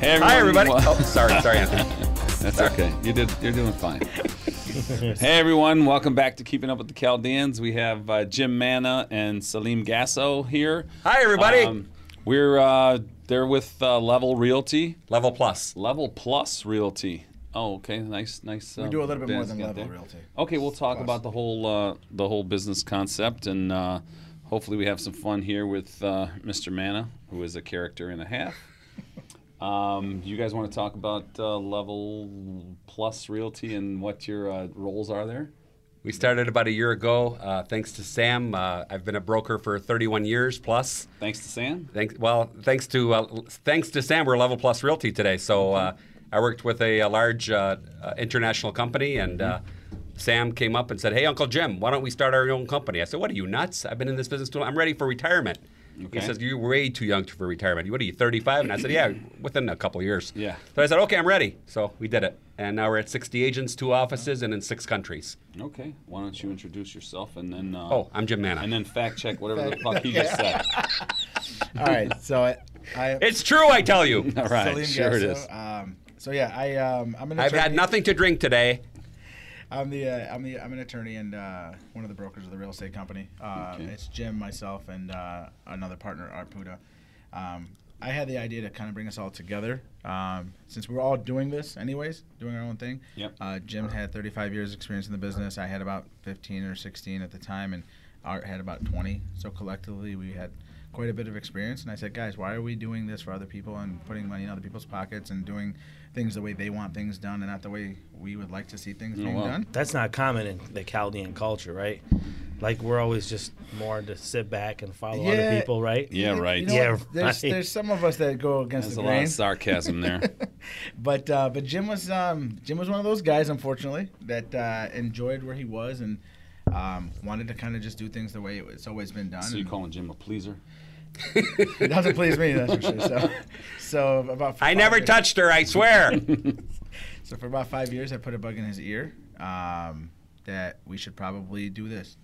Hey, Hi, everybody. Wel- Oh, sorry, sorry, Anthony. That's okay. You did. You're doing fine. hey everyone, welcome back to Keeping Up with the Chaldeans. We have uh, Jim Manna and Salim Gasso here. Hi, everybody. Um, we're uh, they're with uh, Level Realty, Level Plus. Level Plus Realty. Oh, okay, nice, nice. uh, We do a little bit more than level realty. Okay, we'll talk about the whole uh, the whole business concept, and uh, hopefully we have some fun here with uh, Mr. Manna, who is a character and a half. Um, you guys want to talk about uh, Level Plus Realty and what your uh, roles are there? We started about a year ago, uh, thanks to Sam. Uh, I've been a broker for 31 years plus. Thanks to Sam. Thanks, well, thanks to uh, l- thanks to Sam, we're Level Plus Realty today. So uh, I worked with a, a large uh, uh, international company, and uh, Sam came up and said, "Hey, Uncle Jim, why don't we start our own company?" I said, "What are you nuts? I've been in this business too long. I'm ready for retirement." Okay. He says, "You're way too young for retirement. What are you, 35?" And I said, "Yeah, within a couple of years." Yeah. So I said, "Okay, I'm ready." So we did it, and now we're at 60 agents, two offices, and in six countries. Okay, why don't you introduce yourself and then uh, Oh, I'm Jim Manna. and then fact check whatever the fuck he just said. All right, so I, I it's true, I tell you. All right, Salim sure it Gasso, is. Um, so yeah, I um, I'm an I've attorney. had nothing to drink today. I'm the uh, I'm the I'm an attorney and uh, one of the brokers of the real estate company. Uh, Okay. It's Jim, myself, and uh, another partner, Art Puda. Um, I had the idea to kind of bring us all together um, since we're all doing this anyways, doing our own thing. Yep. Uh, Jim had 35 years experience in the business. I had about 15 or 16 at the time, and Art had about 20. So collectively, we had quite a bit of experience. And I said, guys, why are we doing this for other people and putting money in other people's pockets and doing things the way they want things done and not the way we would like to see things being Oh, wow. done? that's not common in the Chaldean culture, right? Like we're always just more to sit back and follow Yeah. other people, right? Yeah, right. You know Yeah, what? There's, right. there's some of us that go against There's the a lot grain. of sarcasm there. but uh, but Jim was um, Jim was one of those guys, unfortunately, that uh, enjoyed where he was and um, wanted to kind of just do things the way it's always been done. so you And calling Jim a pleaser? it doesn't please me, that's for sure. So, so about I never touched. touched her, I swear. So for about five years, I put a bug in his ear um, that we should probably do this.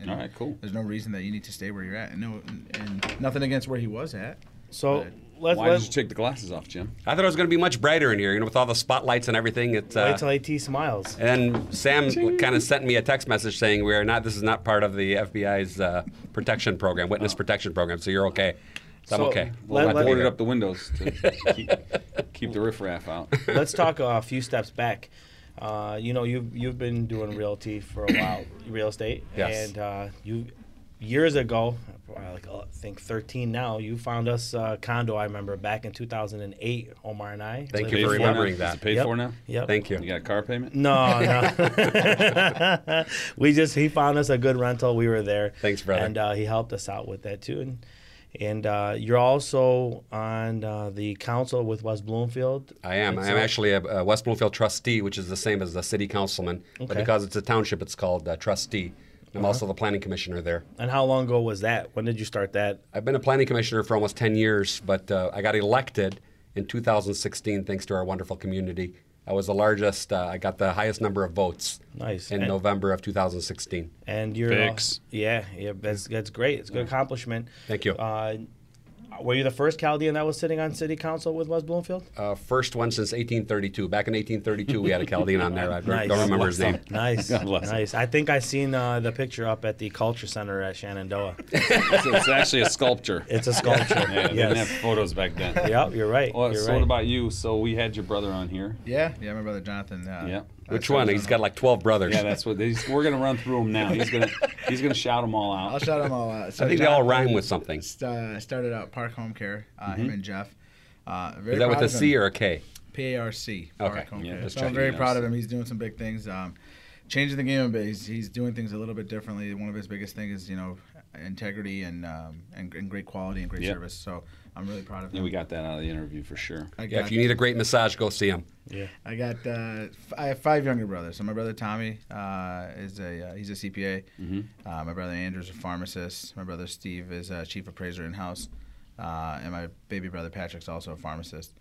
You All right, cool. There's no reason that you need to stay where you're at, and no, and nothing against where he was at. So Right. let's Why did you let's take the glasses off, Jim? I thought it was going to be much brighter in here, you know, with all the spotlights and everything. It's wait uh, till AT smiles. and then Sam kind of sent me a text message saying we are not. This is not part of the FBI's uh, protection program, witness protection program. So you're okay. So, Oh. So, I'm okay. Glad let- to let- be boarded here. up the windows to keep, keep the riffraff out. let's talk a few steps back. Uh, you know, you've you've been doing realty for a while, real estate, Yes. and uh, you years ago, probably like uh, I think 13 now, you found us a condo. I remember back in 2008, Omar and I. Thank lived you Paid for in- now? remembering Is that. it paid Yep. for now? Yep. Thank you. You got car payment? No, no. we just he found us a good rental. We were there. Thanks, brother. And uh, he helped us out with that too. And and uh, you're also on uh, the council with West Bloomfield. I am. I am So- actually a, a West Bloomfield trustee, which is the same as the city councilman. But Okay. Uh-huh. because it's a township, it's called uh, trustee. I'm also the planning commissioner there. And how long ago was that? When did you start that? I've been a planning commissioner for almost 10 years, but uh, I got elected in 2016 thanks to our wonderful community. I was the largest, uh, I got the highest number of votes Nice. in And- November of 2016. And you're uh, Fix. yeah, yeah. That's that's great. It's a good accomplishment. Thank you. Uh, were you the first Chaldean that was sitting on city council with West Bloomfield? Uh, first one since 1832. Back in 1832, we had a Chaldean on there. I don't- Nice. don't remember his name. Nice, God bless him. nice. I think I seen uh, the picture up at the Culture Center at Shenandoah. it's, it's actually a sculpture. It's a sculpture. yeah, they didn't have yes. photos back then. Yep, you're right. Well, you're so right. what about you? So we had your brother on here. Yeah, yeah, my brother Jonathan. Uh, Yeah. that's Which how I one? was He's doing got like 12 brothers. Yeah, that's what he's, we're gonna run through them now. He's gonna he's gonna shout them all it. I'll out. shout them all out. Uh, So I think they all rhyme with something. Is Jonathan, uh, started out Park Home Care. Uh, Him and Jeff. Uh, very Mm-hmm. that with proud a of him. C or a K? PARC. Okay, Paracone yeah, Care. just so I'm checking very it proud out. of him. He's doing some big things. Um, changing the game a bit. He's, he's doing things a little bit differently. One of his biggest things is you know integrity and um, and, and great quality and great Yep. service. So I'm really proud of him. Yeah, we got that out of the interview for sure. I Yeah, got, if you need a great massage, go see him. Yeah. I got uh, f- I have five younger brothers. So my brother Tommy uh, is a uh, he's a CPA. Mm-hmm. Uh, my brother Andrew's a pharmacist. My brother Steve is a chief appraiser in house, uh, and my baby brother Patrick's also a pharmacist.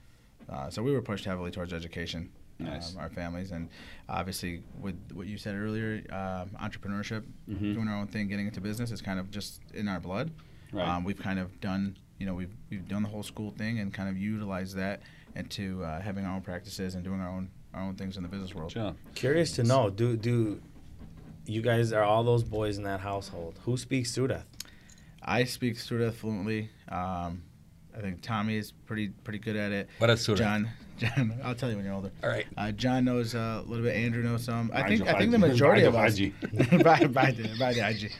Uh, so we were pushed heavily towards education. Nice. Um, our families and obviously with what you said earlier, um, entrepreneurship, Mm-hmm. doing our own thing, getting into business is kind of just in our blood. Right. Um, we've kind of done, you know, we've we've done the whole school thing and kind of utilized that and to uh, having our own practices and doing our own our own things in the business world. Good job. Curious to know, do do you guys are all those boys in that household? Who speaks Sudeth? I speak Suda fluently. Um, I think Tommy is pretty pretty good at it. What is Surat? John, John, I'll tell you when you're older. All right. Uh, John knows uh, a little bit. Andrew knows some. I think Nigel I think the Fadji. majority of us. Nigel by, by the by the IG.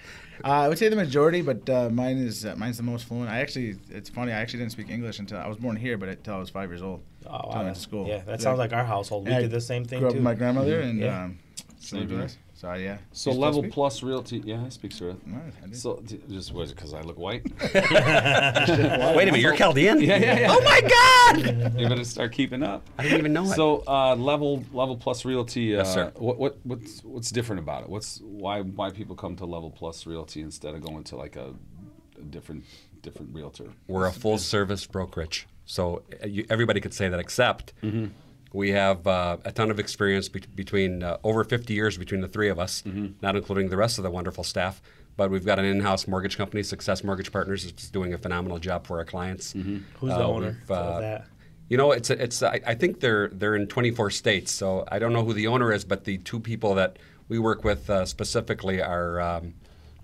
Uh, I would say the majority, but uh, mine is uh, mine's the most fluent. I actually, it's funny. I actually didn't speak English until I was born here, but until I was five years old. Oh, until I wow, went that- to school. Yeah, that So sounds I like our household. We I did the same thing grew up too. with my grandmother and Yeah. um, she lived here. with us. So yeah. So You still level speak? plus realty. Yeah, I speak Surat. No, I didn't. So d- just was it because I look white? Wait a minute, you're Chaldean? Yeah, yeah, yeah. Oh my God! you better start keeping up. I didn't even know it. So uh, level level plus realty. Uh, Yes, sir. What, what what's what's different about it? What's why why people come to level plus realty instead of going to like a, a different different realtor? We're a full service brokerage. So uh, you, everybody could say that, except we have uh, a ton of experience bet between uh, over 50 years between the three of us, not including the rest of the wonderful staff. But we've got an in house mortgage company, Success Mortgage Partners, is just doing a phenomenal job for our clients. Who's the Uh, owner we've, of uh, that? You know, it's it's. I, I think they're they're in 24 states, so I don't know who the owner is, but the two people that we work with uh, specifically are um,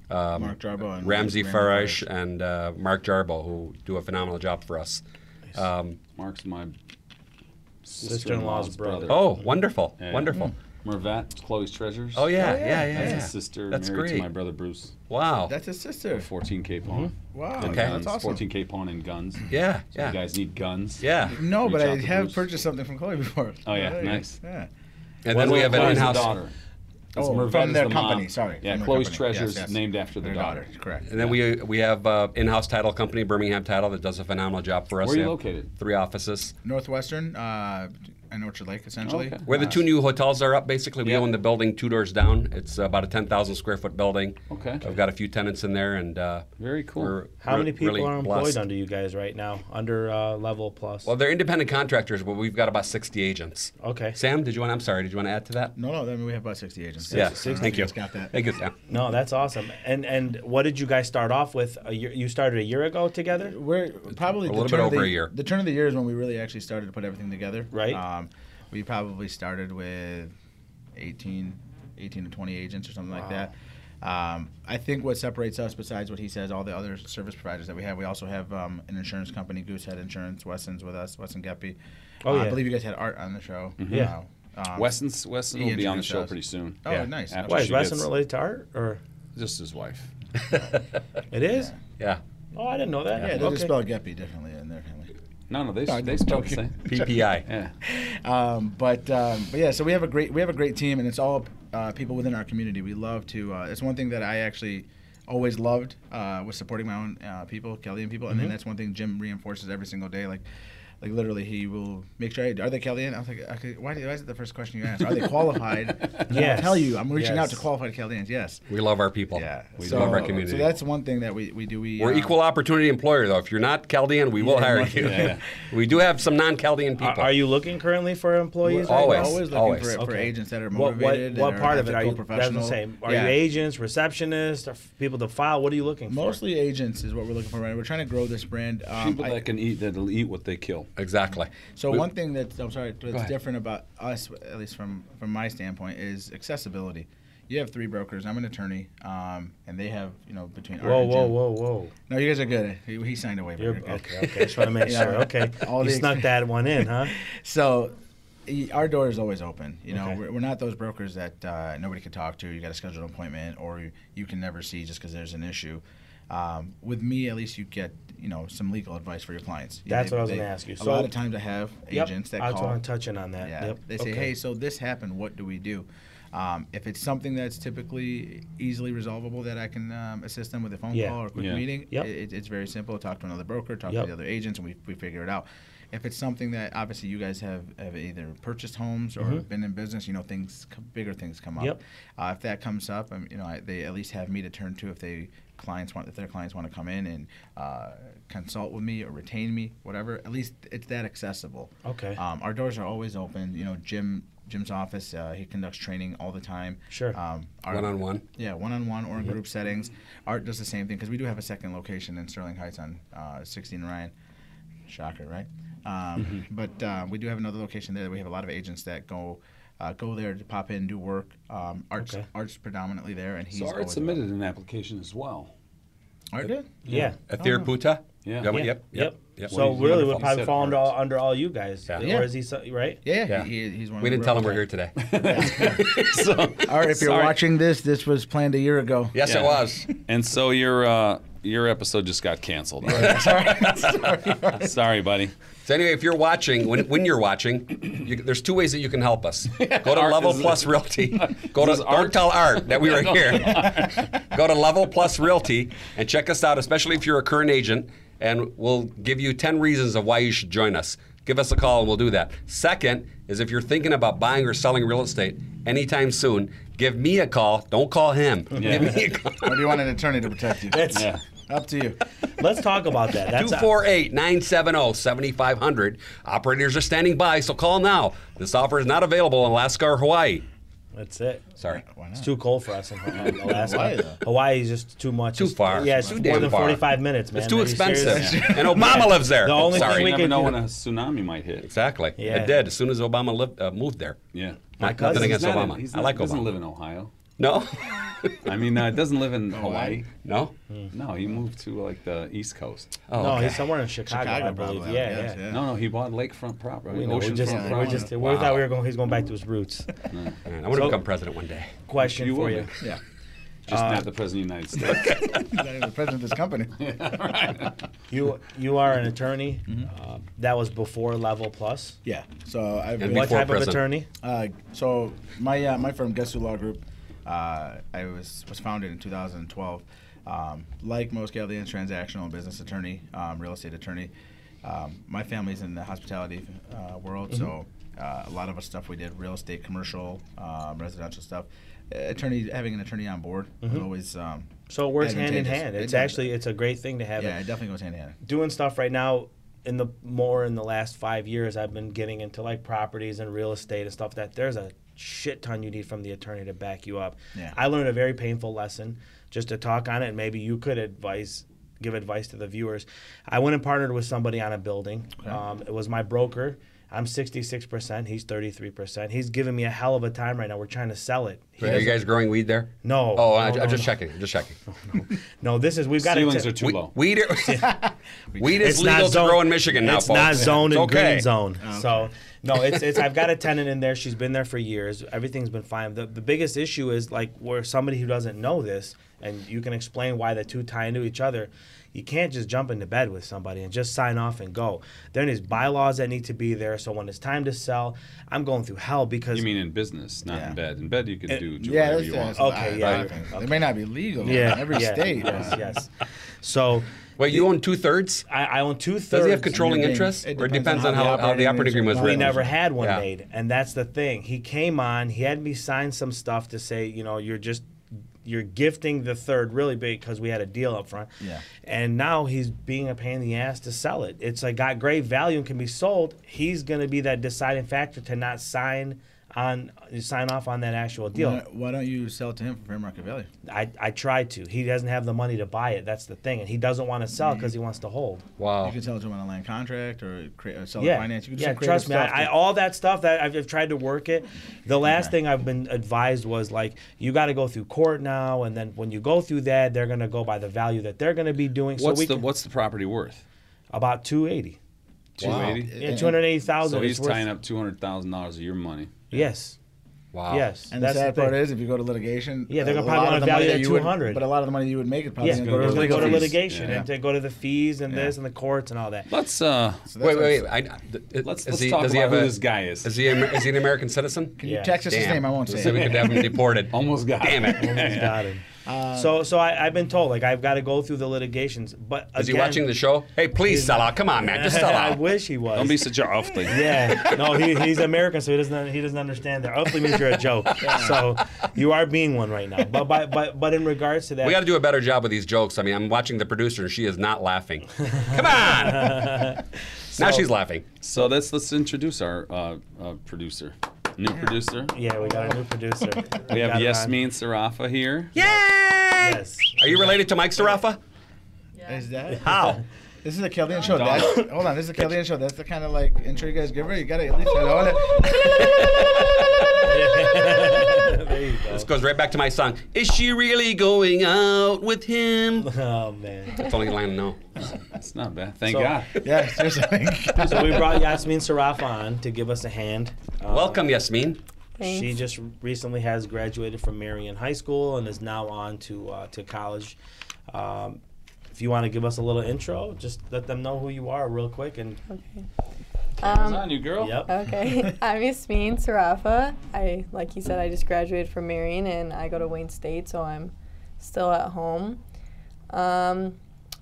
um, Mark Jarboe and Ramsey Randy Farage, and uh, Mark Jarbo, who do a phenomenal job for us. Um, Mark's my Sister-in-law's brother. oh, wonderful, Yeah. wonderful. Hmm. Mervette, Chloe's treasures. Oh yeah, yeah, yeah. That's yeah. his sister, That's married great. to my brother Bruce. Wow. That's his sister. 14K pawn. Wow, And uh, Okay. guns. that's awesome. 14K pawn and guns. yeah, So yeah, You guys need guns. yeah. No, Reach but out I to have Bruce. purchased something from Chloe before. Oh, yeah, There you go. nice. Yeah. And then we have an Chloe's the in-house. daughter. That's Oh, Mervette from is their the mom. company, sorry, Yeah, from their Chloe's company. treasures Yes, yes. named after the Their daughter. daughter, correct. And then we we have uh, in-house title company, Birmingham Title, that does a phenomenal job for us. Where are you They have located? Three offices. Northwestern, uh, and Orchard Lake, essentially. Okay. Where the Uh, two new hotels are up, basically, we Yeah. own the building two doors down. It's about a 10,000 square foot building. Okay. I've got a few tenants in there, and uh, Very cool. we're How many re- people really are employed blessed. under you guys right now? Under uh, level plus. Well, they're independent contractors, but we've got about 60 agents. okay. Sam, did you want? I'm sorry, did you want to add to that? No, no, I mean, we have about 60 agents. Yeah, So thank you. it's Got that. Thank you, Sam. No, that's awesome. And and what did you guys start off with? A year, you started a year ago together. We're probably A the little turn bit of the, over a year. The turn of the year is when we really actually started to put everything together. Right. Um, we probably started with 18, 18 to 20 agents or something like that. Um, I think what separates us, besides what he says, all the other service providers that we have, we also have um, an insurance company, Goosehead Insurance, Wesson's with us, Wesson Geppy. Oh, Uh, yeah. Mm-hmm. I believe you guys had Art on the show. Yeah. Uh, um, Wesson's Wesson He will be on the introduced show us. pretty soon. Oh, Yeah. nice. After Why she is wrestling gets- related to art or Just his wife. it is? Yeah. Oh, I didn't know that. Yeah, they okay. just spell Geppy differently in their family. No, no, they No, they just spell the joking. same. PPI. Yeah. um, but um, but yeah, so we have a great we have a great team, and it's all uh, people within our community. We love to. Uh, it's one thing that I actually always loved uh, was supporting my own uh, people, Kellyan people, and then Mm-hmm. that's one thing Jim reinforces every single day. Like. Like literally, he will make sure. I, are they Kellyanne? I was like, okay, why, do- why is it the first question you ask? Are they qualified? Yeah, Yes. I'll tell you, I'm reaching out to Yes. qualified Kellyanne's. Yes. We love our people. Yeah. We so, love our community. So that's one thing that we, we do. We We're um, equal opportunity employer, though. If you're not Chaldean, we will hire you. yeah. we do have some non-Chaldean people. Are, are you looking currently for employees? We're Always, Right now? always looking always. For, for Okay. agents that are What what, motivated. what and part of it are ethical, you? That's the professional. same. Are Yeah. you agents, receptionists, or f- people to file? What are you looking for? Mostly agents is what we're looking for. Right, we're trying to grow this brand. Um, People I- that can eat that'll eat what they kill. Exactly. so We- one thing that's I'm sorry that's ahead. different about us, at least from from my standpoint, is accessibility. You have three brokers. I'm an attorney, um, and they have you know between. Art Whoa, and whoa, Jim- whoa, whoa! No, you guys are good. He, he signed a waiver. You're, You're good. okay, okay. Just want to make Yeah. sure. Okay, All you the snuck expe- that one in, huh? So, y- our door is always open. You know, Okay. we're, we're not those brokers that uh, nobody can talk to. You got to schedule an appointment, or you, you can never see just because there's an issue. Um, with me, at least, you get you know some legal advice for your clients. Yeah, That's what I was gonna ask you. A So- lot of times, I have agents yep. that I was call. want to touch in on that. Yeah, Yep. they say, okay. hey, so this happened. What do we do? Um, if it's something that's typically easily resolvable that I can um, assist them with a phone Yeah. call or a quick Yeah. meeting, Yep. it, it's very simple. Talk to another broker, talk Yep. to the other agents, and we, we figure it out. If it's something that obviously you guys have, have either purchased homes or been in business, you know things c- bigger things come up. Mm-hmm. Yep. Uh, if that comes up, um, you know I, they at least have me to turn to if they clients want if their clients want to come in and uh, consult with me or retain me, whatever. At least it's that accessible. Okay. Um, our doors are always open. You know, Jim Jim's office. Uh, he conducts training all the time. Sure. Mm-hmm. Um, our- one-on-one. Yeah, one on one or in group settings. Art does the same thing because we do have a second location in Sterling Heights on uh, 16 Ryan. Shocker, right? Mm-hmm. Um, But uh, we do have another location there that we have a lot of agents that go uh, go there to pop in, do work. Um, arts, Okay. arts predominantly there, and he's So Art always- submitted an application as well. Art did. Yeah. Oh, Athir Puta? Yeah. Is that what- Yeah. Yep. Yep. yep. So He's really, wonderful. would probably He fall said under Art. all, under all you guys, Yeah. Yeah. or is he so, right? Yeah, Yeah. He, he's one. of We the didn't tell real- him we're here today. So, All right, if you're Sorry. watching this, this was planned a year ago. Yes, Yeah. it was. and so your uh, your episode just got canceled. Sorry, buddy. So anyway, if you're watching, when, when you're watching, you, there's two ways that you can help us. Go to Art, Level is it- Plus Realty. Go to this Art? don't tell Art that we were don't here. Go to Level Plus Realty and check us out, especially if you're a current agent, and we'll give you 10 reasons of why you should join us. Give us a call and we'll do that. Second is if you're thinking about buying or selling real estate anytime soon, give me a call. Don't call him. Give me a call. Or do you want an attorney to protect you? That's Yeah. up to you. Let's talk about that. That's 248 970 7500. Operators are standing by, so call now. This offer is not available in Alaska or Hawaii. that's it. Sorry. Why It's not? too cold for us in in Alaska. Hawaii, Hawaii, though. is just too much. Too It's- far. Yeah, it's Too more damn than far. 45 minutes, man. It's too Are you serious? expensive. And Obama lives there. The only Sorry. thing we You never could know do- when a tsunami might hit. exactly. Yeah. It did as soon as Obama lived, uh, moved there. Yeah. My Not- nothing cousin's against He's not in- Obama. he's I not- like he doesn't Obama. live in Ohio. No? I mean, uh, doesn't live Oh, in Hawaii. Hawaii? no? No, he moved to uh, like the East Coast. Oh, Mm. No, okay. he's somewhere in Chicago, Chicago, I believe. probably, I yeah, guess, yeah. yeah. No, no, he bought lakefront property. We know. We oceanfront just, we property. just, we Wow. thought we were going. He's going back to his roots. Man, I want to So- become president one day. Question You for will you. be. Yeah. Just Uh, not the president of the United States. He's not even the president of this company. You you are an attorney. Uh, that was before Level Plus. Yeah. So I've And been, What Before type present. of attorney? Uh, so my uh, my firm, Guess Who Law Group, uh, I was was founded in 2012. Um, like most Galileans, transactional and business attorney, um, real estate attorney. Um, my family's in the hospitality uh, world, so Mm-hmm. uh, a lot of the stuff we did, real estate, commercial, um, residential stuff. Uh, Attorney having an attorney on board was always um, Mm-hmm. So it works hand in advantageous. hand. It It's does. actually it's a great thing to have. yeah, it. it definitely goes hand in hand. doing stuff right now in the more in the last five years i've been getting into like properties and real estate and stuff that there's a shit ton you need from the attorney to back you up Yeah. i learned a very painful lesson just to talk on it and maybe you could advise give advice to the viewers i went and partnered with somebody on a building um, it was my broker i'm 66% he's 33% he's giving me a hell of a time right now we're trying to sell it He Are you doesn't- guys growing weed there? No. Oh, I, No, no, am just no. checking. Just checking. no this is we've got it Ceilings to- are too We- low. Weed, weed is legal to grow in Michigan now, It's folks. not zoned It's in okay. green zone. So no, it's it's. I've got a tenant in there. She's been there for years. Everything's been fine. The the biggest issue is like where somebody who doesn't know this, and you can explain why the two tie into each other. You can't just jump into bed with somebody and just sign off and go. There is bylaws that need to be there. So when it's time to sell, I'm going through hell because You mean in business, not Yeah. in bed. In bed, you can do do Yeah, whatever that's, you want. that's a Okay, lot of yeah. different things. They may not be legal yeah, in every yeah, state. Yes, yes. So Wait, you own two thirds? I, I own two thirds. Does he have controlling interest? It or it depends depends on on how how, how the the operating operating agreement was agreement we written? never had one Yeah. made and that's the thing he came on he had me sign some stuff to say you know you're just you're gifting the third really big because we had a deal up front Yeah. and now he's being a pain in the ass to sell it it's like got great value and can be sold he's going to be that deciding factor to not sign on sign off on that actual deal Why, why don't you sell to him for fair market value? I, I tried to he doesn't have the money to buy it that's the thing and he doesn't want to sell Mm. because he wants to hold Wow. You can sell it to him on a land contract or create, or sell it yeah, finance. You can do yeah. some creative Trust me, stuff I, I, to- all that stuff that I've, I've tried to work it. The last thing I've been advised was like you got to go through court now, and then when you go through that, they're gonna go by the value that they're gonna be doing. What's so we the can- What's the property worth? about two eighty. Two eighty. Yeah, two hundred eighty thousand. So he's tying up two hundred thousand dollars of your money. Yes, Wow. yes. and the that's sad the part thing. is, if you go to litigation, Yeah, they're a gonna lot of probably wanna the money value that it you would- 200. But a lot of the money you would make is probably yeah, going they're to go to gonna legal go to fees. litigation Yeah. and to go to the fees and this Yeah. and the courts and all that. Let's uh, So that's Wait, what's- wait, wait. I, th- let's is let's he, talk does about he have who a, this guy is. Is he, Amer- is he an American citizen? You Yeah. text us his Damn. name. I won't say So we it. could have him deported. Almost got. Damn it. it. Almost got him. Uh, so, so I, I've been told like I've got to go through the litigations. But Is he again- watching the show? Hey, please sell out. Come on, man. Just sell I out. wish he was. Don't be such a awful. Yeah, no, he, he's American, so he doesn't he doesn't understand that. Hopefully, means you're a joke. So you are being one right now. But but but, but in regards to that, We got to do a better job with these jokes. I mean, I'm watching the producer and she is not laughing. Come on. now she's laughing. So let's let's introduce our uh, uh, producer, new producer. yeah, we got a new producer. We got have him Yes on. Me and Sarafa here. Yay! Yes. Are you related to Mike Sarafa? Is that? How? This is the Kelly show. That's, hold on, this is the Kelly show. That's the kind of like intro you guys give her. You gotta at least. I don't wanna- there you This goes right back to my song. Is she really going out with him? go. Oh man. That's the only line I know. That's not bad. Thank So- God. yeah, seriously. So we brought Yasmin Saraf on to give us a hand. Um, Welcome, Yasmin. She just recently has graduated from Marion High School and is now on to uh, to college. Um, if you want to give us a little intro, just let them know who you are real quick. And Okay. It's Um, on you, girl. yep, okay. I'm Yasmin Sarafa. I, like you said, I just graduated from Marion and I go to Wayne State, so I'm still at home. Um,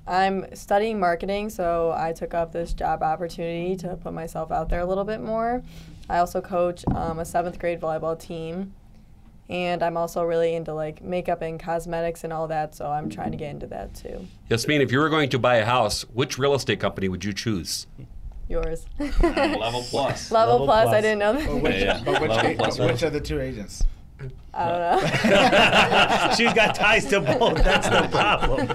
I'm studying marketing, so I took up this job opportunity to put myself out there a little bit more. I also coach um, a seventh grade volleyball team, and I'm also really into like makeup and cosmetics and all that, so I'm trying to get into that too. Yasmin, if you were going to buy a house, which real estate company would you choose? Yours. Level plus. Level Level, plus, Plus. I didn't know that. But which, Yeah, yeah. but which, Level a- plus but one. which are the two agents? I don't know. she's got ties to both. That's the problem.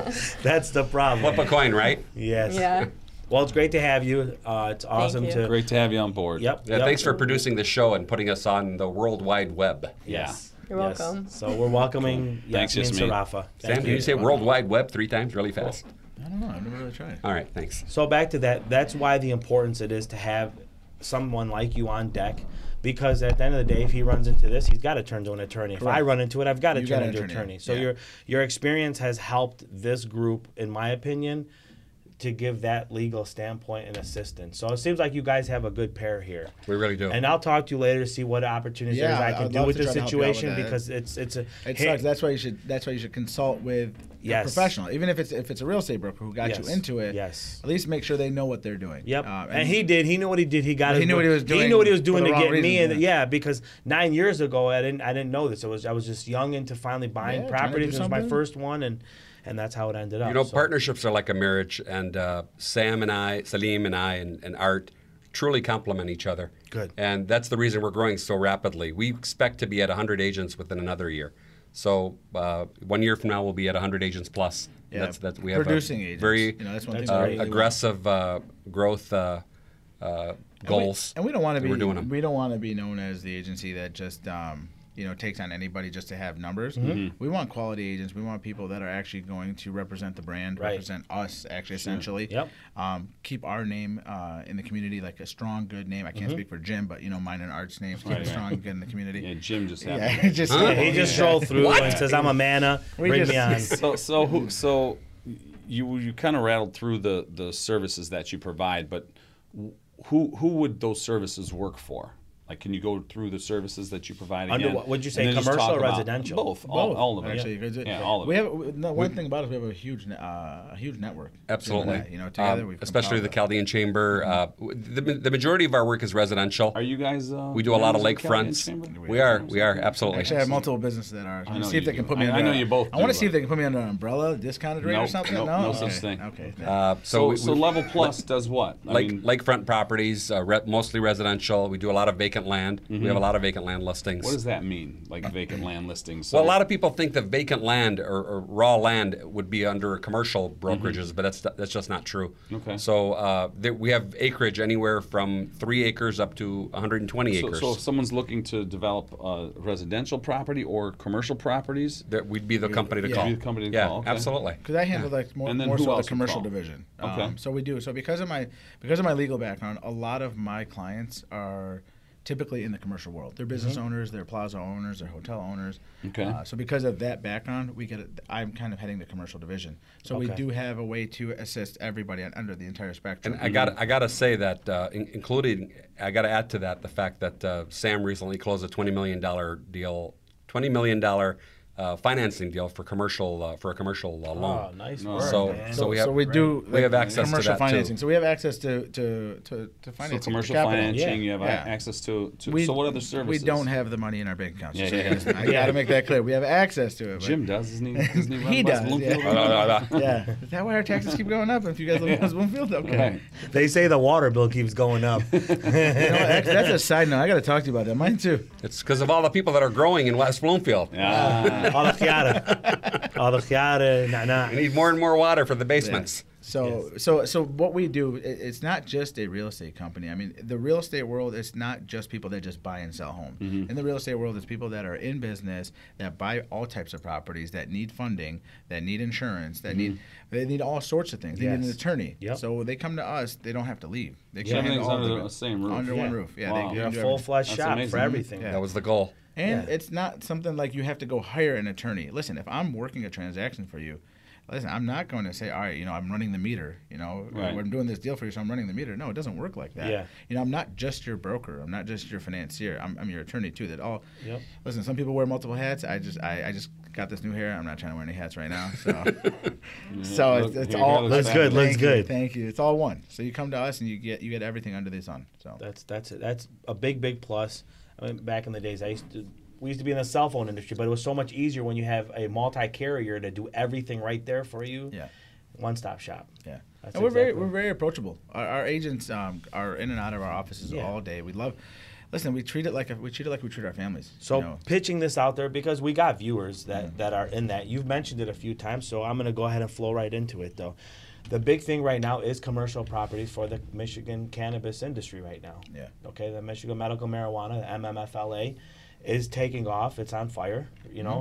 That's the Flip a problem. coin, right? Yes. yeah. Well, it's great to have you. Uh, it's awesome you. to. Great to have you on board. Yep. Yeah, yep. Thanks for producing the show and putting us on the World Wide Web. Yes. You're Yes. welcome. So we're welcoming Thanks, Yasmin Yasmin. Sarafa. Sam, Thank did you say World Wide Web three times really fast? I don't know. I've never really tried. All right, thanks. So back to that. That's why the importance it is to have someone like you on deck, because at the end of the day, if he runs into this, he's got to turn to an attorney. If I Correct. run into it, I've got to You turn gotta into an attorney, attorney. So yeah. your your experience has helped this group, in my opinion, to give that legal standpoint and assistance. So it seems like you guys have a good pair here. We really do. And I'll talk to you later to see what opportunities Yeah, there's I I- can I'd do love with to this try to help you out with situation that. because it's it's a It hey, sucks. That's why you should. That's why you should consult with a Yes. professional, even if it's if it's a real estate broker who got Yes. you into it. Yes. At least make sure they know what they're doing. Yep. Uh, and, he did. He knew what he did. He got. He his knew what he was He doing knew what he was for doing the to wrong get me. reasons, And yeah. because nine years ago, I didn't. I didn't know this. I was. I was just young into finally buying Yeah, trying to do properties. It was my something. first one, and and that's how it ended up. You know, so. partnerships are like a marriage, and uh, Sam and I, Salim and I, and, and Art truly complement each other. Good. And that's the reason we're growing so rapidly. We expect to be at 100 agents within another year. So uh, one year from now, we'll be at 100 agents plus. And Yeah. That's that we have producing a agents. very you know, that's one That's thing. uh, great. aggressive uh, growth uh, uh, goals. And we don't want to and be. We're doing them. We don't want to be known as the agency that just um, you know takes on anybody just to have numbers. Mm-hmm. Mm-hmm. We want quality agents. We want people that are actually going to represent the brand, Right. represent us, actually, essentially. Yep. Um, keep our name uh, in the community like a strong, good name. I Mm-hmm. can't speak for Jim, but you know mine and Art's names keep Right, it strong, right. good in the community. Yeah, Jim just happened. Yeah, just Yeah, he just strolled through and says, "I'm a manna. We Bring just- me on." So, so who? So, you you kind of rattled through the the services that you provide, but who who would those services work for? Like, can you go through the services that you provide? Under again? what- would you And say, then just commercial talk or about residential? Both, all, Both, all of it. actually, 'cause yeah, all of we it. have we- no, one thing about us. We have a huge, ne- uh, a huge network. Absolutely. you know, together Um, we've especially the compiled a- Chaldean Chamber. Uh, w- the, the majority of our work is residential. Are you guys? Uh, we do a lot of members the California lakefronts. Chamber? We are. We are absolutely. Actually, I have multiple businesses that are. I know see if you they can do. put me. I- under I know a- you both I want do, to see if but- they can put me under an umbrella, discounted rate or Nope, something. nope, no, no okay. such thing. Okay. Uh, so, So, we, so we- Level Plus does what? I like mean, lakefront properties, uh, re- mostly residential. We do a lot of vacant land. We have a lot of vacant land listings. Mm-hmm. what does that mean? Like vacant land listings. So well, a lot of people think that vacant land or, or raw land would be under commercial brokerages, but that's that's just not true. Mm-hmm. Okay. So uh, there, we have acreage anywhere from three acres up to 120 So, acres. so if someone's looking to develop uh, residential property or commercial properties, that we'd be the company to yeah. call. Be the company to yeah, call, okay. absolutely. Because I handle like more, And then more who so the else would commercial call? division. Okay. Um, so we do. So because of my because of my legal background, a lot of my clients are typically in the commercial world. They're business owners, they're plaza owners, they're hotel owners. Mm-hmm. Okay. Uh, so because of that background, we get. A, I'm kind of heading the commercial division. So we Okay. do have a way to assist everybody on, under the entire spectrum. And Mm-hmm. I got I got to say that, uh, in, including I got to add to that the fact that uh, Sam recently closed a twenty million dollar deal, twenty million dollar uh, financing deal for commercial uh, for a commercial uh, Oh, loan. nice No, work. so- man. so we we, have- do We have access to commercial that, too. financing. So we have access to to to, to financing. So commercial to capital. financing, Yeah. you have Yeah. access to. to so what other services? We don't have the money in our bank accounts. Yeah, so yeah, yeah. I got to make that clear. We have access to it. but- Jim does, isn't he? Isn't he, He West does, Bloomfield? yeah. Uh, Yeah. Is that why our taxes keep going up? If you guys live in Bloomfield, okay. Right. they say the water bill keeps going up. You know, that's, that's a side note. I got to talk to you about that. Mine too. It's because of all the people that are growing in West Bloomfield. Ah, All the chiara, all the chiara, nah, nah. We need more and more water for the basements. So so so what we do, it, it's not just a real estate company. I mean, the real estate world, it's not just people that just buy and sell homes. Mm-hmm. In the real estate world, it's people that are in business that buy all types of properties, that need funding, that need insurance, that need they need all sorts of things. They need an Mm-hmm. Yes. attorney. Yep. So they come to us. They don't have to leave. They Yeah. handle Everything's all under of the it. same roof. Under one Yeah. roof. Yeah, Wow. they You're a do full everything. fledged That's shop amazing. for everything. Yeah. That was the goal. And Yeah. it's not something like you have to go hire an attorney. Listen, if I'm working a transaction for you, listen, I'm not going to say, all right, you know, I'm running the meter. You know, Right. I'm doing this deal for you, so I'm running the meter. No, it doesn't work like that. Yeah. You know, I'm not just your broker. I'm not just your financier. I'm, I'm your attorney too. That all. Yep. Listen, some people wear multiple hats. I just, I, I just got this new hair. I'm not trying to wear any hats right now. So, so look, it's, it's your hair all. looks Looks good, fabulous. looks Thank you, good. Thank you. It's all one. So you come to us and you get, you get everything under the sun. So. That's that's it. That's a big big plus. I mean, back in the days, I used to we used to be in the cell phone industry, but it was so much easier when you have a multi carrier to do everything right there for you. Yeah. One stop shop. Yeah. That's and we're very exactly- we're very approachable. Our, our agents um, are in and out of our offices Yeah. all day. We love. Listen, we treat it like a, we treat it like we treat our families. you So know. Mm. pitching this out there because we got viewers that, that are in that. You've mentioned it a few times, so I'm gonna go ahead and flow right into it though. The big thing right now is commercial properties for the Michigan cannabis industry right now. Yeah. Okay, the Michigan medical marijuana, the MMFLA, is taking off. It's on fire. You know,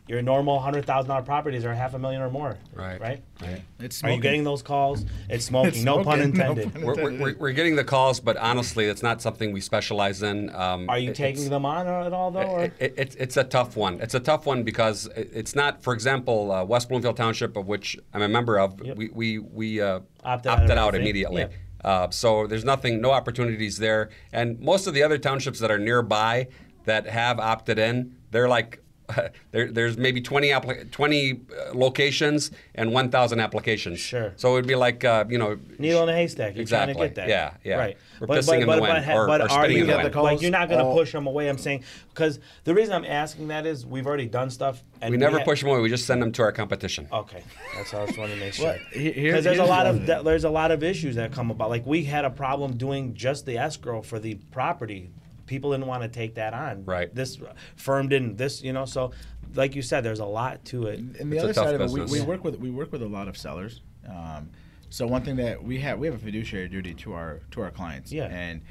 Mm-hmm. your normal hundred thousand dollar properties are half a million or more. Right. Right. Right. it's Are you smoking. getting those calls? It's smoking. It's no pun smoking, no intended. pun We're, we're, we're- we're getting the calls, but honestly, it's not something we specialize in. Um, Are you it- taking it's- them on at all though? Or? It, it, it's- it's a tough one. It's a tough one because it- it's not, for example, uh, West Bloomfield Township, of which I'm a member of, Yep. we, we, we uh, opted, Opted out of out everything. immediately. Yep. Uh, so there's nothing, no opportunities there. And most of the other townships that are nearby that have opted in, they're like, there, there's maybe 20, applica- 20 uh, locations and 1,000 applications. Sure. So it would be like, uh, you know, Needle in a haystack. You're exactly. trying to get that. Yeah, yeah. Right. We're pissing in the wind ha- or- or are spitting you in the gonna- wind. like you're not going to All- push them away? I'm saying because the reason I'm asking that is we've already done stuff and we never ha- push them away. We just send them to our competition. Okay, that's how I just wanted to make sure. Well, he- here- Because there's a here's lot of another thing. there's a lot of issues that come about. Like we had a problem doing just the escrow for the property. People didn't want to take that on. Right. This firm didn't. This you know. So, like you said, there's a lot to it. and the It's a other tough side of it, we, business. we work with we work with a lot of sellers. Um, so one thing that we have we have a fiduciary duty to our to our clients. Yeah. And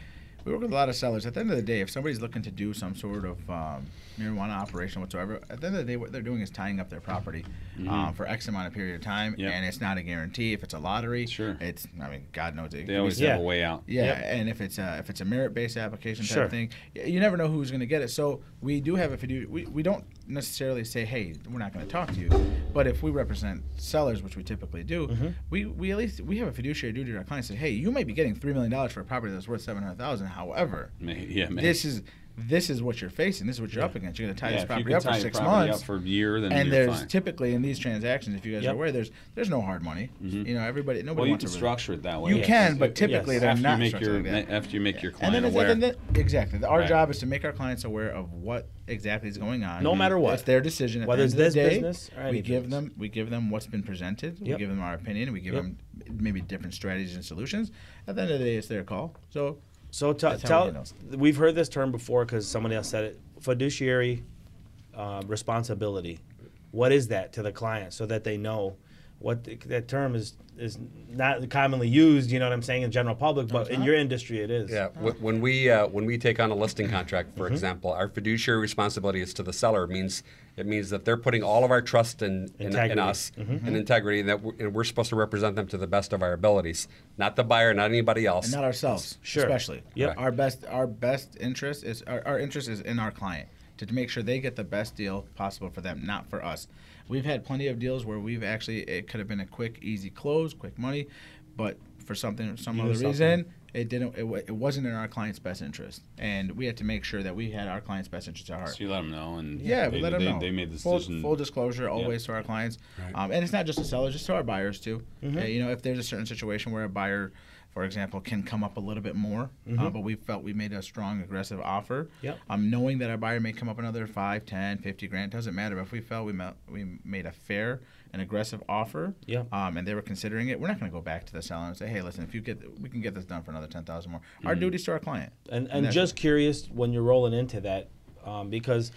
we work with a lot of sellers. At the end of the day, if somebody's looking to do some sort of um, marijuana operation whatsoever, at the end of the day, what they're doing is tying up their property um, for X amount of period of time, Yeah. and it's not a guarantee. If it's a lottery, Sure. it's I mean, God knows it. They always Yeah. have a way out. Yeah, Yep. and if it's a, if it's a merit-based application type Sure. thing, y- you never know who's going to get it. So we do have a fidu- we, we don't necessarily say, hey, we're not going to talk to you, but if we represent sellers, which we typically do, Mm-hmm. we, we at least we have a fiduciary duty to our clients. Say, hey, you might be getting three million dollars for a property that's worth seven hundred thousand. However, Ma- Yeah, man. this is this is what you're facing. This is what you're up against. You're going to tie Mm-hmm. yeah, this if you property can up for tie your six property months up for a year, then and you're there's fine. typically in these transactions, if you guys Yep. are aware, there's there's no hard money. You know, everybody nobody Mm-hmm. well, you wants can to structure it that way. You Yes. can, but typically Yes. they're after not you make structured your like that. after you make your And client then, it's- aware. then, then- exactly. Our Right. job is to make our clients aware of what exactly is going on. No matter what. It's their decision. At Whether the it's end of this the day, business or any we give business. them we give them what's been presented. Yep. We give them our opinion. We give Yep. them maybe different strategies and solutions. At the end of the day, it's their call. So So t- That's how tell, we know. we've heard this term before because somebody else said it. Fiduciary uh, responsibility. What is that to the client so that they know what the, that term is is not commonly used. You know what I'm saying in general public, but it's in not. your industry it is. Yeah, wh- when we uh, when we take on a listing contract, for example, our fiduciary responsibility is to the seller. It means it means that they're putting all of our trust in in, in Integrity. us and integrity, and that we're, and we're supposed to represent them to the best of our abilities, not the buyer, not anybody else. and not ourselves, Sure. especially. Yep. Our best our best interest is our, our interest is in our client to, to make sure they get the best deal possible for them, not for us. We've had plenty of deals where we've actually it could have been a quick, easy close, quick money, but for something some You other do something. reason it didn't it, wa- it wasn't in our client's best interest, and we had to make sure that we had our client's best interest at heart. So you let them know, and Yeah, they, we let them they, know. They made the full, decision. Full disclosure always to our clients, um, and it's not just to sellers, it's to our buyers too. Uh, you know, if there's a certain situation where a buyer, for example, can come up a little bit more, uh, but we felt we made a strong, aggressive offer. Yep. Um, knowing that our buyer may come up another five, ten, fifty grand doesn't matter. But if we felt we ma- we made a fair and aggressive offer, Yep. um, and they were considering it, we're not going to go back to the seller and say, hey, listen, if you get, we can get this done for another ten thousand more. Our duty's to our client. And and that's- just curious when you're rolling into that, um, because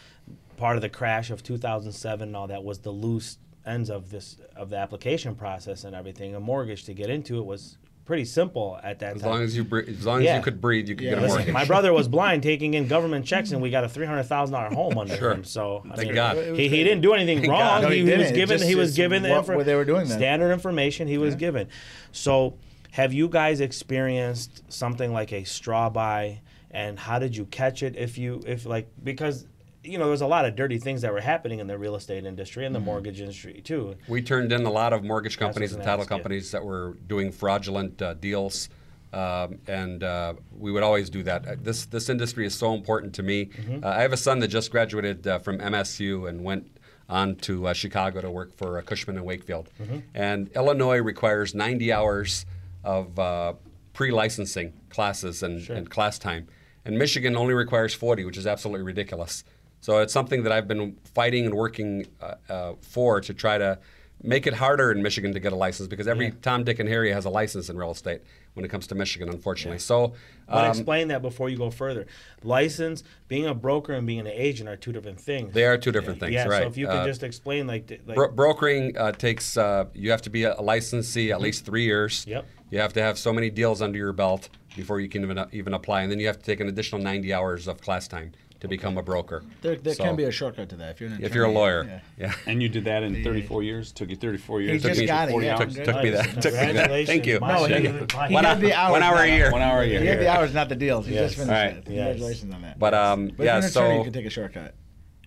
part of the crash of 2007 and all that was the loose ends of this of the application process and everything. A mortgage to get into it was pretty simple at that As time. long as you bre- as long as Yeah. you could breathe, you could Yeah. get a Listen, mortgage. my brother was blind taking in government checks, and we got a three hundred thousand dollar home under Sure. him. So I Thank God. he, he didn't do anything wrong. God. No, he he, was didn't. It given just he was is given the what they were doing then. standard information he was given. So have you guys experienced something like a straw buy, and how did you catch it? If you if like because you know there's a lot of dirty things that were happening in the real estate industry Mm-hmm. and the mortgage industry too. We turned in a lot of mortgage companies I was and gonna title ask you. companies that were doing fraudulent uh, deals, um, and uh, we would always do that. Uh, This this industry is so important to me. Uh, I have a son that just graduated uh, from MSU and went on to uh, Chicago to work for uh, Cushman and Wakefield, and Illinois requires 90 hours of uh, pre-licensing classes and, and class time, and Michigan only requires 40, which is absolutely ridiculous. So it's something that I've been fighting and working uh, uh, for to try to make it harder in Michigan to get a license because every Tom, Dick, and Harry has a license in real estate when it comes to Michigan, unfortunately. So, But um, explain that before you go further. License, being a broker, and being an agent are two different things. they are two different things, yeah, right? so if you could Uh, just explain, like, th- like Bro- brokering uh, takes uh, you have to be a licensee at least three years. Mm-hmm. Yep. You have to have so many deals under your belt before you can even, uh, even apply, and then you have to take an additional 90 hours of class time to become a broker. There, there So, can be a shortcut to that if you're an if you're a attorney, lawyer. yeah. yeah. And you did that in 34 years. Took you 34 years. He just to got it, 40 yeah. hours. Good. Took me that. Took me that. Thank you. Congratulations, my No, he- goodness. he My did goodness. the hou- hours one hour a now. year. One hour a year. You get the hours, not the deals. You Yes. just finished All right. it. Yes. Congratulations on that. But um, yeah. But if you're an So attorney, you can take a shortcut.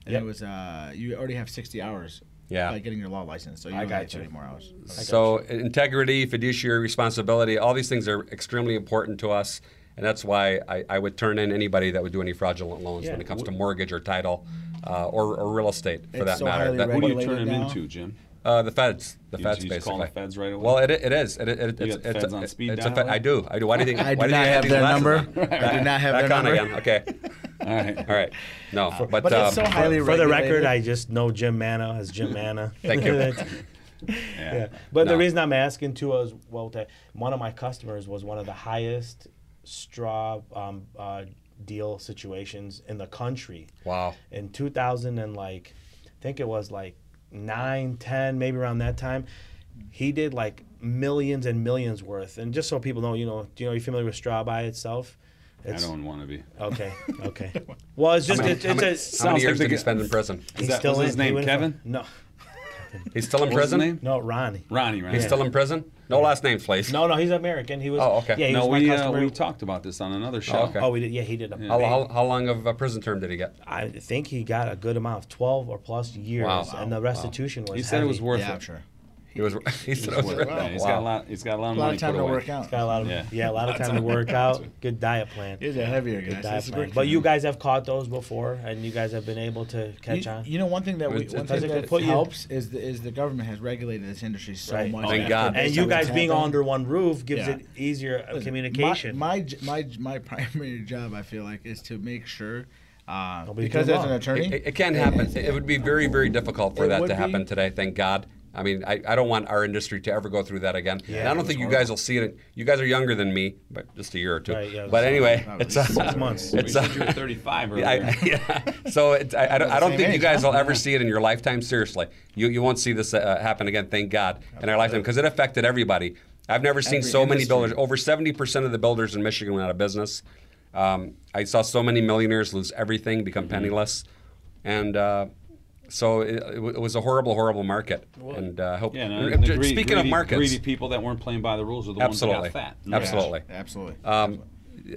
And Yep. it was uh, you already have 60 hours Yeah. by getting your law license, so you I don't got need you. 30 more hours. So integrity, fiduciary responsibility, all these things are extremely important to us. And that's why I, I would turn in anybody that would do any fraudulent loans when Yeah. it comes to mortgage or title uh, or, or real estate for It's that so matter. highly That- Who do you Regulated turn him now. into, Jim? uh, the feds, the You feds just basically. call the feds right away? Well, it, it is. It, it, it, You it's, got the it's, feds on it's- speed it's a dial fe- now? I do. I do. Why do you think? I why do you not have these their glasses number. on? I do not have Back their on number. again. Okay. All right. All right. No. but but it's um, so highly For the regulated. record, I just know Jim Mana as Jim Mana. Thank you. That's- Yeah. yeah. But No. the reason I'm asking too is well, that one of my customers was one of the highest straw um, uh, deal situations in the country. Wow. in 2000 and like i think it was like 9 10 maybe around that time he did like millions and millions worth and just so people know you know do you know you're familiar with straw by itself I it's don't want to be. okay okay well it's just How many, it's, how it's many- how a many like years the did he guy- spend in prison? Is that- was his He name went in Kevin? for- no He's still in What was his prison. name? no ronnie Ronnie. Ronnie. He's still in prison. No last names, please. no no he's american he was Oh, okay. yeah he No, was we my uh, customer we talked about this on another show. okay. oh we did yeah he did a How, how, how long of a prison term did he get? i think he got a good amount of 12 or plus years Wow. and the restitution was He said it was heavy. worth yeah, I'm it. sure. He was. He said It's it was worth worth it. it. Yeah, He's Wow. got a lot. He's got a lot of A lot money of time put to away. work out. Got a lot of Yeah. yeah, a lot of time to work out. Good diet plan. These are heavier Good guys. diet This is plan. great. But you guys have caught those before, and you guys have been able to catch You- on. You know, one thing that we, It's- one it's- thing it's- that put you- helps is the, is the government has regulated this industry so Right. much. Thank after God. this and you has guys being all happened. under one roof gives Yeah. it easier uh, Listen, communication. My, my j- my j- my primary job, I feel like, is to make sure uh, be because too as an long. attorney, It, it can happen. It would be very, very difficult for It that would to be. happen today. Thank God. I mean, I, I don't want our industry to ever go through that again. and I it don't was think you guys will see it. You guys are younger than me, but just a year or two. Right, yeah, but so anyway, probably it's uh, six months. We It's said you were uh, 35 earlier. I, yeah. So it's, I, I don't, I the don't same think you age, guys huh? will ever see it in your lifetime. Seriously, you you won't see this uh, happen again. Thank God in our lifetime because it affected everybody. I've never seen Every so many industry. builders. Over seventy percent of the builders in Michigan went out of business. Um, I saw so many millionaires lose everything, become Mm-hmm. penniless, and. Uh, so it, it wa- it was a horrible, horrible market, and uh, I hope. Yeah, and no, ju- the greedy, speaking of greedy- markets, greedy people that weren't playing by the rules are the absolutely, ones that got fat. absolutely. absolutely. Um,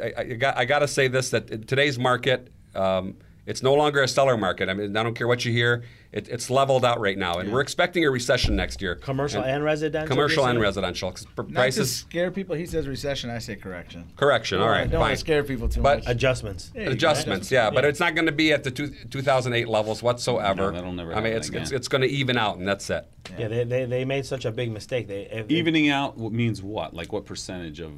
I, I, got, I got to say this that in today's market, um, it's no longer a seller market. I mean, I don't care what you hear, it, it's leveled out right now, and we're expecting a recession next year. commercial and, residential. commercial you're and saying? residential 'cause pr- Not to prices scare people. He says recession. I say correction. correction. All Don't- right, Don't wanna fine. scare people too But much. Adjustments. Hey, Adjustments, yeah, but it's not going to be at the two, 2008 levels No, whatsoever. that'll never I mean, happen it's it's, again. it's going to even out, and that's it. Yeah, they, they, they made such a big mistake. They if, Evening out what means what? Like what percentage of?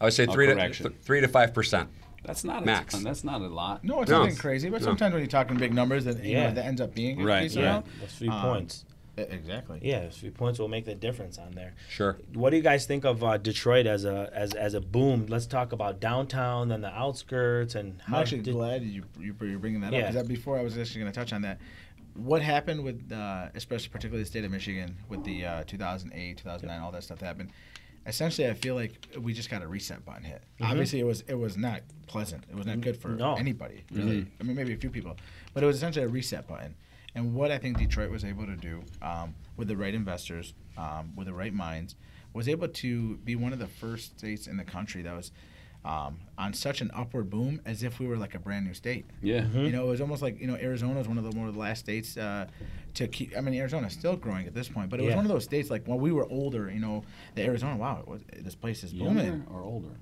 I would say three to correction. th- three to five percent. That's not a Max. ton, That's not a lot. No, it's No. nothing crazy. But sometimes when you're talking big numbers, that you Yeah. know, that ends up being a Right, piece right. amount. if, those three Um, points. e- Exactly. Yeah, those three points will make the difference on there. Sure. What do you guys think of uh, Detroit as a as as a boom? Let's talk about downtown and the outskirts and I'm how actually did- glad you, you you're bringing that up Yeah. because before I was actually going to touch on that. what happened with, uh, especially particularly the state of Michigan with the uh, 2008, 2009, all that stuff that happened. Essentially, I feel like we just got a reset button hit. Mm-hmm. Obviously, it was it was not pleasant. It was not good for No. anybody, really. I mean, maybe a few people, but it was essentially a reset button. And what I think Detroit was able to do um, with the right investors, um, with the right minds, was able to be one of the first states in the country that was um, on such an upward boom as if we were like a brand new state. Yeah. Mm-hmm. You know, it was almost like you know Arizona was one of the one of the last states uh, to keep. I mean, Arizona's still growing at this point, but it was Yeah. one of those states like when we were older. You know, the Arizona. Wow, it was, this place is booming. Younger or older?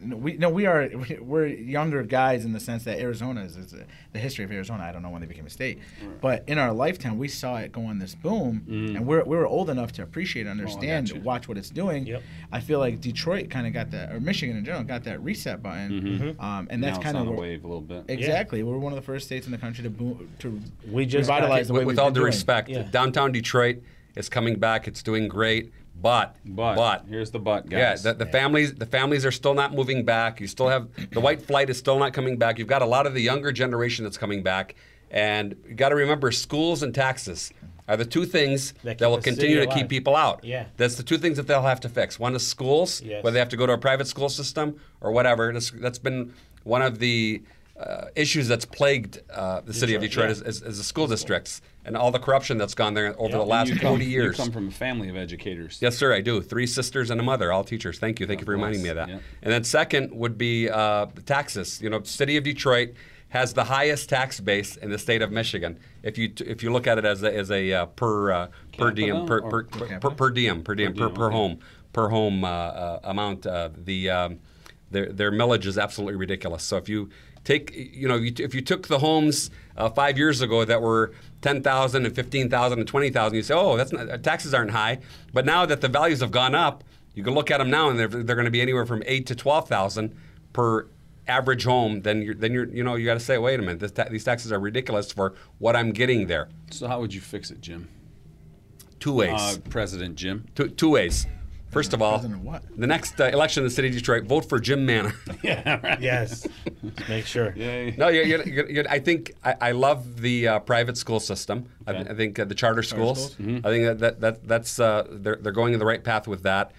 No, we no, we are we're younger guys in the sense that Arizona is, is the history of Arizona. I don't know when they became a state, but in our lifetime we saw it go on this boom, and we're we were old enough to appreciate, understand, gotcha. watch what it's doing. Yep. I feel like Detroit kind of got that, or Michigan in general got that reset button, um, and that's now kind it's of on a wave a little bit. Exactly. We're one of the first states in the country to boom, Mm. to We just revitalize got- the way with, with we've all been due doing. respect, Yeah. downtown Detroit is coming back. It's doing great, but but, here's the but, yeah, guys. the, the families the families are still not moving back. You still have the white flight is still not coming back. You've got a lot of the younger generation that's coming back, and you got to remember schools and taxes are the two things that, That keep will the city continue to alive. keep people out. Yeah. that's the two things that they'll have to fix. One is schools, Yes. whether they have to go to a private school system or whatever. That's that's been one of the uh, issues that's plagued uh, the city of Detroit Detroit, is, is, is the school districts and all the corruption that's gone there over Yeah. the And last you 40 come, you years. come from a family of educators. Yes, sir, I do. Three sisters and a mother, all teachers. Thank you. Thank you for reminding me of that. Yeah. And then second would be uh, the taxes. You know, city of Detroit has the highest tax base in the state of Michigan. If you if you look at it as a, as a uh, per uh, per diem per Capita per, or per, per, per per diem per diem per, diem, per okay. home per home uh, uh, amount uh, the um, their their millage is absolutely ridiculous. So if you take you know you, if you took the homes uh, five years ago that were 10,000 and 15,000 and 20,000 you say oh that's not, uh, taxes aren't high but now that the values have gone up you can look at them now and they're, they're going to be anywhere from 8 to 12,000 per average home then you're then you're you know you got to say wait a minute this ta- these taxes are ridiculous for what I'm getting there So how would you fix it, Jim? two ways Uh, President Jim. two, two ways. First of all, President of what? the next uh, election in the city of Detroit, vote for Jim Manor. Yes. Make sure. Yay. no, you you you I think I, I love the uh, private school system. I, Okay. I think uh, the charter schools. Mm-hmm. schools? I think that, that, that that's uh, they're, they're going in the right path with that.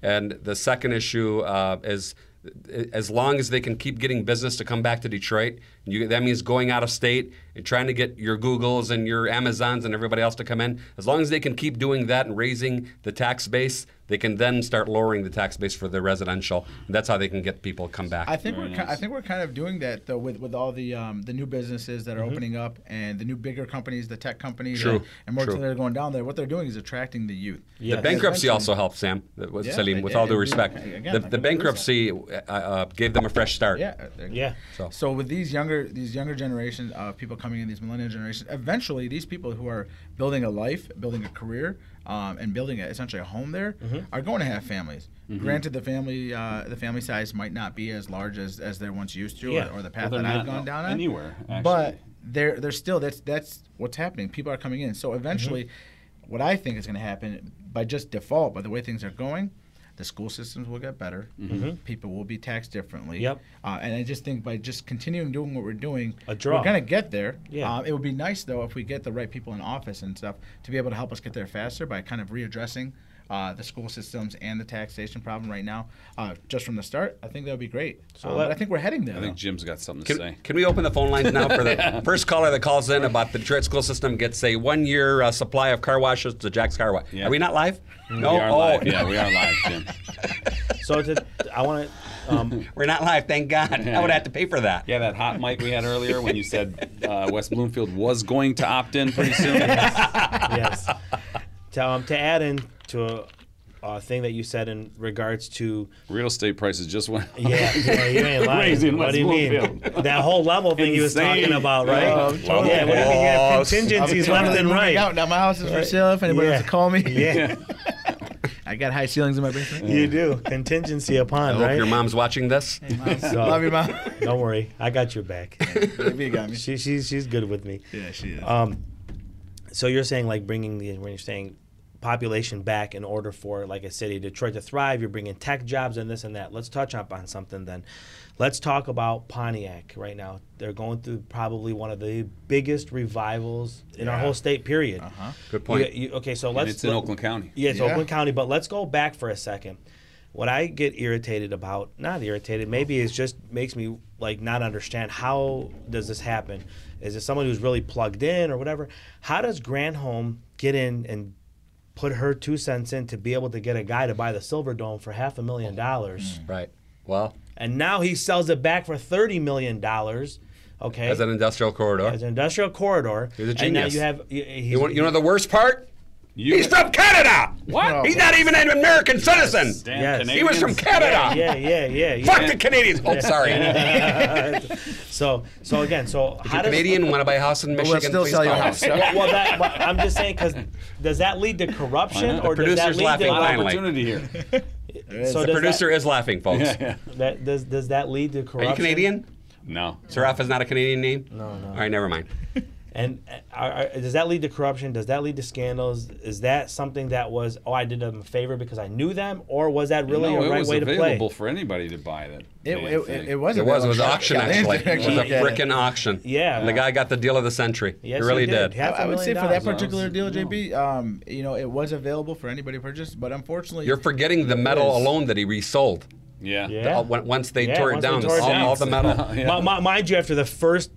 And the second issue uh, is as long as they can keep getting business to come back to Detroit, you, that means going out of state and trying to get your Googles and your Amazons and everybody else to come in. As long as they can keep doing that and raising the tax base, they can then start lowering the tax base for the residential. that's how they can get people to come back. I think we're ki- I think we're kind of doing that though with, with all the um, the new businesses that are opening up and the new bigger companies, the tech companies, Mm-hmm. True, and, and more true. that are going down there. What they're doing is attracting the youth. Yeah. The bankruptcy also Essentially- helped, Sam. That was- Yeah, Salim, they with did. all due Yeah, respect, again, the, I the couldn't bankruptcy uh, uh, gave them a fresh start. Yeah. uh, they're- Yeah. So- So with these younger these younger generations of people coming in, these millennial generations, eventually these people who are building a life, building a career, um, and building a, essentially a home there Mm-hmm. are going to have families. Mm-hmm. Granted, the family uh, the family size might not be as large as, as they once used to, Yeah. or, or the Well, path they're that I've not gone down on. anywhere, actually. but they're they're still that's that's what's happening. People are coming in, so eventually, Mm-hmm. what I think is going to happen by just default, by the way things are going. The school systems will get better. People will be taxed differently. Mm-hmm. Yep. Uh, and I just think by just continuing doing what we're doing, A draw. we're gonna get there. Yeah. Um, it would be nice though if we get the right people in office and stuff to be able to help us get there faster by kind of readdressing uh, the school systems and the taxation problem right now. Uh, just from the start, I think that would be great. So let- I think we're heading there. I think though. Jim's got something to Can, say. can we open the phone lines now for the first caller that calls in about the Detroit school system gets a one-year uh, supply of car washes to Jack's Car Wash? Yeah. Are we not live? No. We are oh, live. Yeah, we are live, Jim. So to, I want to. Um, we're not live. Thank God. I would have to pay for that. Yeah, that hot mic we had earlier when you said uh, West Bloomfield was going to opt in pretty soon. yes. To, um, to add in to a, a thing that you said in regards to Real estate prices just went up. Yeah, yeah, you ain't lying. Crazy in what do you West mean? Bloomfield. That whole level thing you was Insane. talking about, right? Yeah, totally. yeah, what do you mean you have contingencies I'm left totally and moving right? Out. Now my house is for sale. If anybody wants Yeah. to call me, Yeah, I got high ceilings in my basement. you do. Contingency I upon, hope right? your mom's watching this. So, Love you, mom. Don't worry, I got your back. Maybe you got me. She, she's she's good with me. Yeah, she is. Um, so you're saying like bringing the when you're saying population back in order for like a city Detroit to thrive. You're bringing tech jobs and this and that. Let's touch up on something then. Let's talk about Pontiac right now. They're going through probably one of the biggest revivals in our Yeah. whole state. Period. Uh-huh. Good point. You- you- okay, so And let's. it's in let- Oakland County. yeah, it's Yeah. Oakland County, but let's go back for a second. What I get irritated about, not irritated, maybe it's just makes me like not understand how does this happen? Is it someone who's really plugged in or whatever? How does Granholm get in and put her two cents in to be able to get a guy to buy the Silver Dome for half a million dollars? Right. Well, And now he sells it back for thirty million dollars. Okay. as an industrial corridor. As an industrial corridor. He's a And now genius. you have he- he's- you, want, you know the worst part? You He's from Canada. What? No. He's not even an American citizen. Damn Yes. He was from Canada. Yeah, yeah, yeah. yeah. Fuck the Canadians. Oh, sorry. so so again, so If how you're does Canadian, want to buy a house in But we'll Michigan? still Please sell call your us. house. well, that, well, I'm just saying because does that lead to corruption not? or The does that producer's lead laughing to finally. Opportunity here. So The does producer is laughing, folks. Yeah, yeah. That, that- does does that lead to Are corruption? you Canadian? No. Seraph is not a Canadian name? No, no. All right, never mind. And uh, are, are, does that lead to corruption? Does that lead to scandals? Is that something that was oh I did them a favor because I knew them, or was that really no, a it right was way to play? available for anybody to buy that. It, damn it, thing. it, it was It was. It was available. auction, Yeah, actually. it It is was a actually- frickin' auction. Yeah. And the guy got the deal of the century. Yes, he really he did. did. Half a I would say million for that dollars. particular deal, No. JP, um, you know, it was available for anybody to purchase, but unfortunately, You're forgetting the metal Yes. alone that he resold. Yeah. Yeah. Uh, when- Once they Yeah, tore once it they down, tore it all, down. all the metal. Yeah. Mi- mi- mind you, after the first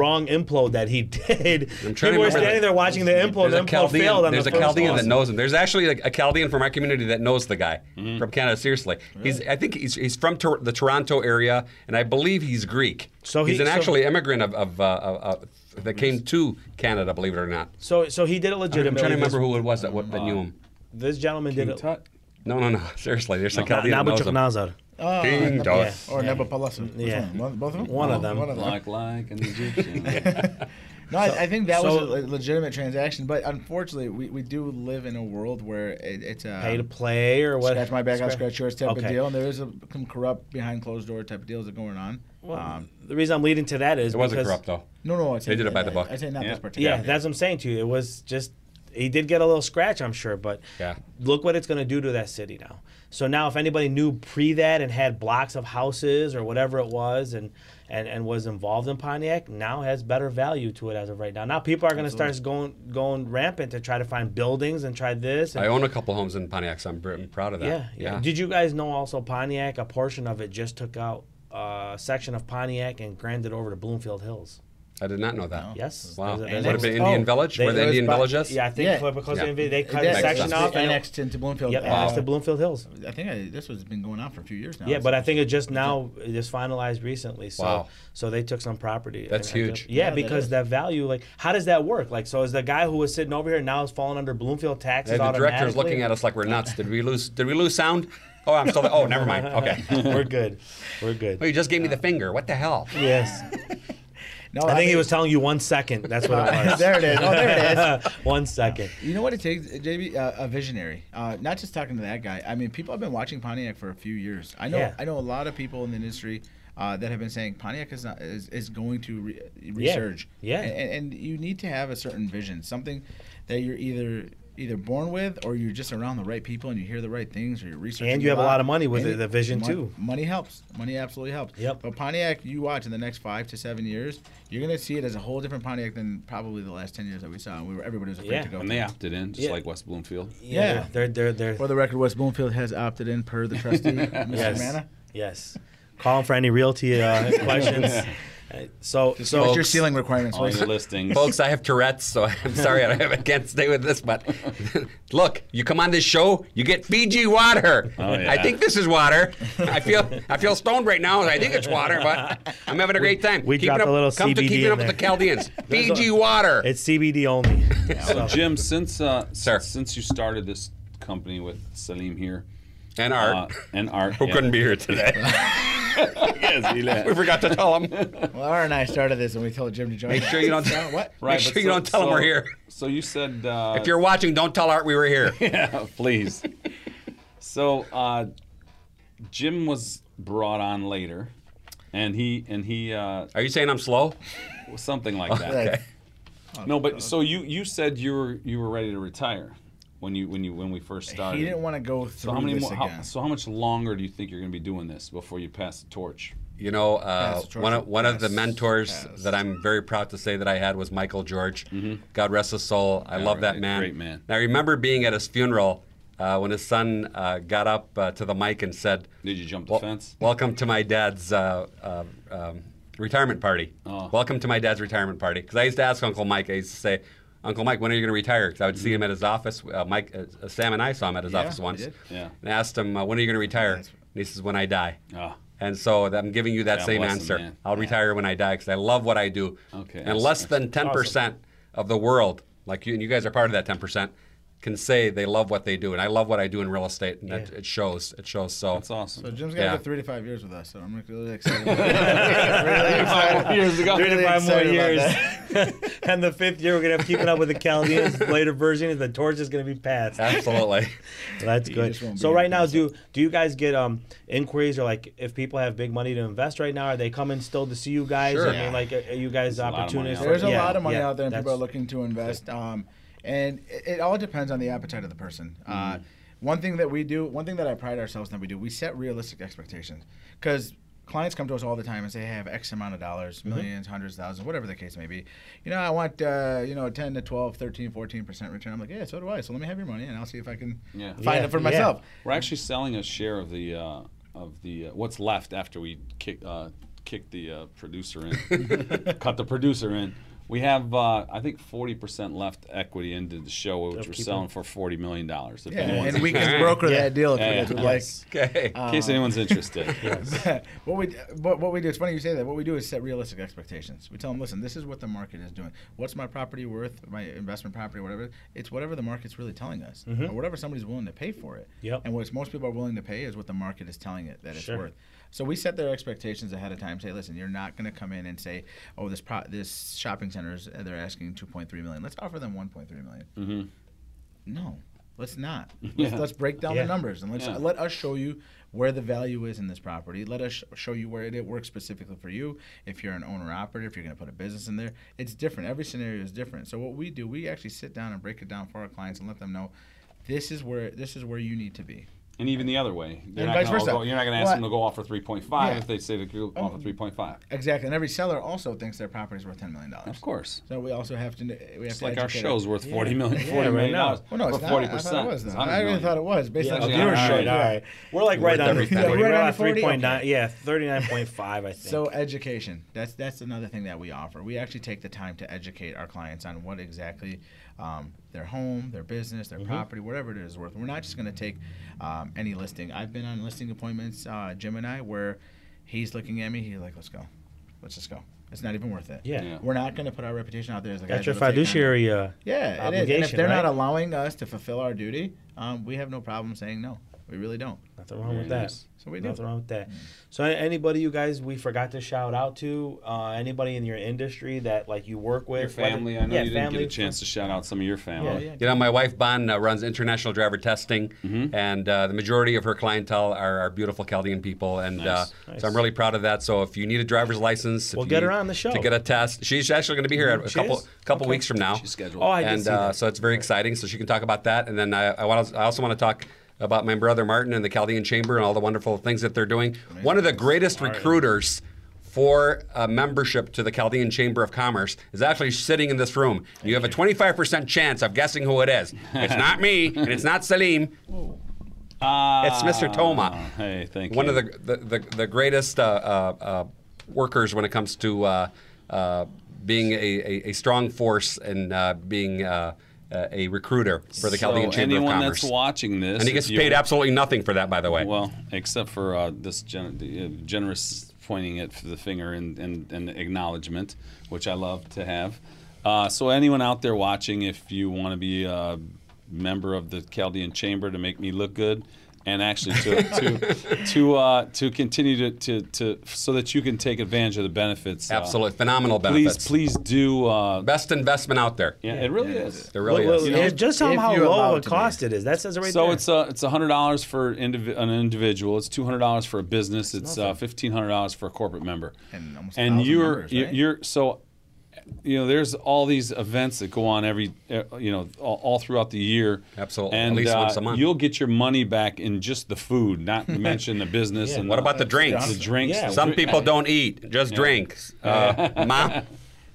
wrong implode that he did, I'm trying to people were remember standing the- there watching the implode. There's a and the implode failed Chaldean, on there's a the first Chaldean one. that knows him. There's actually a, a Chaldean from our community that knows the guy Mm-hmm. from Canada. Seriously, he's I think he's, he's from Tor- the Toronto area, and I believe he's Greek. So he's he- an so- actually immigrant of, of uh, uh, uh, that came to Canada, believe it or not. So so he did it I'm legitimately. Uh, trying to remember who it was that, what, that knew him. This gentleman did it. Tut. No, no, no. Seriously, there's a Na- Chaldean that knows him. Nabuchodonosor. uh, Ding dong. or Nebuchadnezzar. Which Yeah. one? Both, both of them. One of Oh, them. One of them. Black like an Egyptian. No, I, I think that so- was a le- legitimate transaction, but unfortunately, we, we do live in a world where it, it's a Pay to play or what? scratch my back, I'll Scratch- scratch yours type Okay. of deal, and there is a, some corrupt behind closed door type of deals that are going on. um, The reason I'm leading to that is It wasn't because- corrupt though. no, no, I say, They did it by the book. I say not Yeah. this particular. Yeah, deal. that's what I'm saying to you. It was just he did get a little scratch, I'm sure, but Yeah. look what it's going to do to that city now. So now, if anybody knew pre that and had blocks of houses or whatever it was, and and, and was involved in Pontiac, now has better value to it as of right now. Now people are going to start going going rampant to try to find buildings and try this. And, I own a couple homes in Pontiac, so I'm, pr- I'm proud of that. Yeah, yeah. Did you guys know also Pontiac? A portion of it just took out a section of Pontiac and granted over to Bloomfield Hills. I did not know that. Yes. Wow. There's a- Would there's have a- been Oh, Indian Village? they- Where the it was Indian by- Village is? Yeah, I think Yeah. for- because Yeah. they, they cut That- a makes section sense. off and it- annexed into Bloomfield. Yep, Uh, annexed to Bloomfield Hills. I think I, this has been going on for a few years now. Yeah, but I think it just now it just finalized recently. So Wow. so they took some property. and- That's and- huge. Yeah, Yeah, that because is. that value, like, how does that work? Like, so is the guy who was sitting over here now is falling under Bloomfield taxes And the director's automatically? looking at us like we're nuts. Did we lose? Did we lose sound? Oh, I'm still. There. Oh, never mind. Okay. We're good. We're good. Well, you just gave me the finger. What the hell? Yes. no, I think he was telling you one second. That's what it was. Oh, there it is. Oh, there it is. one second. You know what it takes, JB? Uh, a visionary. Uh, not just talking to that guy. I mean, people have been watching Pontiac for a few years. I know. Yeah. I know a lot of people in the industry uh, that have been saying Pontiac is not is, is going to re- resurge. Yeah. And, and you need to have a certain vision, something that you're either either born with or you're just around the right people and you hear the right things or you're researching And you have a lot of money with the- the vision, mon- too. money helps money absolutely helps Yep. but pontiac you watch in the next five to seven years you're going to see it as a whole different pontiac than probably the last 10 years that we saw and we were everybody was afraid Yeah. to go and they opted in, just Yeah. like West Bloomfield. Yeah. They're they're they're, For they're the record, West Bloomfield has opted in per the trustee, Mr. Yes. Manna. yes. Calling for any realty uh, questions. Uh, So so What's your folks. ceiling requirements? All please? the listings. Folks, I have Tourette's, so I'm sorry I I can't stay with this. But look, you come on this show, you get Fiji water. Oh, yeah. I think this is water. I feel I feel stoned right now. and I think it's water, but I'm having a great time. we Keeping dropped up, a little Come to CBD keeping in up with the there. Chaldeans. There's a- Fiji water. It's CBD only. So So- Jim, since uh, Sir. since you started this company with Salim here and uh, art. and Art, Who couldn't be here today? yes, he we left. forgot to tell them. Well, Laura and I started this and we told Jim to join. Make sure you don't. Uh, what? Make sure but you don't tell them we're here. So you said uh, If you're watching, don't tell Art we were here. yeah, please. so uh, Jim was brought on later, and he and he uh, Are you saying I'm slow? Oh, something like that. Okay. No, but so you you said you were you were ready to retire, when you when you when we first started. He didn't want to go through so how many this more? again. How, so how much longer do you think you're going to be doing this before you pass the torch? You know, uh, Pass, George. one of one of the Pass, mentors pass. that I'm very proud to say that I had was Michael George. God rest his soul. I love that Mm-hmm. right. man. Great man. And I remember being at his funeral uh, when his son uh, got up uh, to the mic and said, Did you jump the "Wel- fence? Welcome to my dad's uh, uh, um, retirement party. Oh. Welcome to my dad's retirement party. Because I used to ask Uncle Mike, I used to say, Uncle Mike, when are you going to retire? Because I would see him at his office. Uh, Mike, uh, Sam and I saw him at his Yeah, office we once. did. Mm-hmm. Yeah. And I asked him, uh, when are you going to retire? That's- and he says, when I die. Ah, And so I'm giving you that God same bless him, answer. man. I'll retire when I die because I love what I do. Okay, And that's- less than 10% of the world, like you, and you guys are part of that 10%, can say they love what they do. And I love what I do in real estate, and that, Yeah. it shows. It shows. So, that's awesome. So Jim's gonna Yeah. go three to five years with us. So I'm really excited. About that. really excited. years ago. Three to Really five more excited about years. and the fifth year, we're going to have Keeping Up with the Chaldeans, later version, and the torch is going to be passed. absolutely. So that's good. just won't So be right in now, do do you guys get um inquiries or like if people have big money to invest right now, are they coming still to see you guys? Sure. I mean, like, are are you guys lot of money out opportunists? for- there. There's a yeah, lot of money yeah, out there, and people that's- are looking to invest. Um, and it, it all depends on the appetite of the person. Uh, Mm-hmm. one thing that we do, one thing that I pride ourselves that we do, we set realistic expectations because clients come to us all the time and say, "Hey, I have X amount of dollars, Mm-hmm. 1000000s hundreds, thousands, whatever the case may be. You know, I want uh, you know 10 to 12, 13, 14 percent return." I'm like, "Yeah, so do I. So let me have your money, and I'll see if I can Yeah. find Yeah, it for yeah. myself." We're actually selling a share of the uh, of the uh, what's left after we kick uh, kick the uh, producer in, cut the producer in. We have uh, I think forty percent left equity into the show, which we're keeping- selling for forty million dollars. If Yeah, anyone's and we Alright. can broker Yeah. that deal if Yeah, you yeah. guys would like. Yes. Okay. Uh, in case anyone's interested. what we what, what we do it's funny you say that what we do is set realistic expectations we tell them listen this is what the market is doing what's my property worth my investment property whatever it's whatever the market's really telling us or whatever somebody's willing to pay for it Mm-hmm. Yep. and what most people are willing to pay is what the market is telling it that it's Sure. worth so we set their expectations ahead of time say listen you're not going to come in and say oh this pro- this shopping center is they're asking 2.3 million let's offer them 1.3 million no let's not let's, let's break down Mm-hmm. Yeah. the numbers and let's Yeah. let us show you where the value is in this property let us sh- show you where it, it works specifically for you if you're an owner operator if you're going to put a business in there it's different every scenario is different so what we do we actually sit down and break it down for our clients and let them know this is where this is where you need to be And even the other way, they're And not vice gonna all versa. go- you're not going to ask Well, them to go off for three point five yeah. Oh. if they say to go off for three point five. exactly and every seller also thinks their property is worth 10 million dollars Of course, so we also have to kn- we it's have to like our educate show's worth forty million, Yeah, forty right million now. dollars well, no, for it's not. forty I thought it was. percent. though. I really thought it was based on Yeah, Essentially, alright, viewership. okay, all right, all yeah. right. We're like right on, every the penny. we're Right right on on 40, 3.9. okay. Yeah, 39.5, I think. So education. That's that's another thing that we offer. We actually take the time to educate our clients on what exactly um, their home, their business, Mm-hmm. their property, whatever it is worth. We're not just going to take um, any listing. I've been on listing appointments, uh, Jim and I, where he's looking at me. He's like, "Let's go, let's just go. It's not even worth it." yeah. Yeah. We're not going to put our reputation out there as the guy That's your that'll take on- fiduciary. Uh, Yeah, it is. And if obligation, they're not right? allowing us to fulfill our duty, um, we have no problem saying no. We really don't. nothing wrong Very with that. nice. So we do. Mm. Nothing wrong with that. So, a- anybody you guys we forgot to shout out to, uh, anybody in your industry that like you work with, Your whether- family, I know yeah, you didn't family, get a chance to shout out some of your family. Oh, yeah. You know, my wife, Bon, uh, runs international driver testing, Mm-hmm. and uh, the majority of her clientele are, are beautiful Chaldean people. And uh, Nice. so I'm really proud of that. So if you need a driver's license, if Well, you get her need on the show. To get a test. She's actually going to be here a Mhm, she couple is? couple Okay. weeks from now. She's scheduled. Oh, I did and see uh, that. so it's very exciting. So she can talk about that. And then I, I, wanna, I also want to talk about my brother Martin and the Chaldean Chamber and all the wonderful things that they're doing. One of the greatest recruiters for a membership to the Chaldean Chamber of Commerce is actually sitting in this room. You have a 25% chance of guessing who it is. It's not me, and it's not Salim. Ah, oh, It's Mr. Toma. Hey, thank One you. of the the, the, the greatest uh, uh, uh, workers when it comes to uh, uh, being a, a, a strong force and uh, being uh, uh, a recruiter for the Chaldean so Chamber anyone of Commerce. that's watching this, and he gets if you- paid absolutely nothing for that, by the way. Well, except for uh, this gen- the, uh, generous pointing at the finger and, and, and acknowledgement, which I love to have. Uh, so, anyone out there watching, if you want to be a member of the Chaldean Chamber to make me look good, and actually to to to, uh, to continue to, to, to so that you can take advantage of the benefits. uh, absolutely phenomenal please, benefits. please do. Uh, Best investment out there. yeah, it really Yeah, it is. is. There really Well, is. well, know, it's just tell 'em if how you're low allowed a to cost it is. That says it right so there. it's uh, it's hundred dollars for indivi- an individual. It's two hundred dollars for a business. It's uh, fifteen hundred dollars for a corporate member. And almost and 1,000 you're members, you- right? you're so you know, there's all these events that go on every, uh, you know, all, all throughout the year. Absolutely. At and least uh, once a month. you'll get your money back in just the food, not to mention the business. Yeah. and What about the drinks? The drinks. Yeah. Some people don't eat, just drinks. Uh, mom,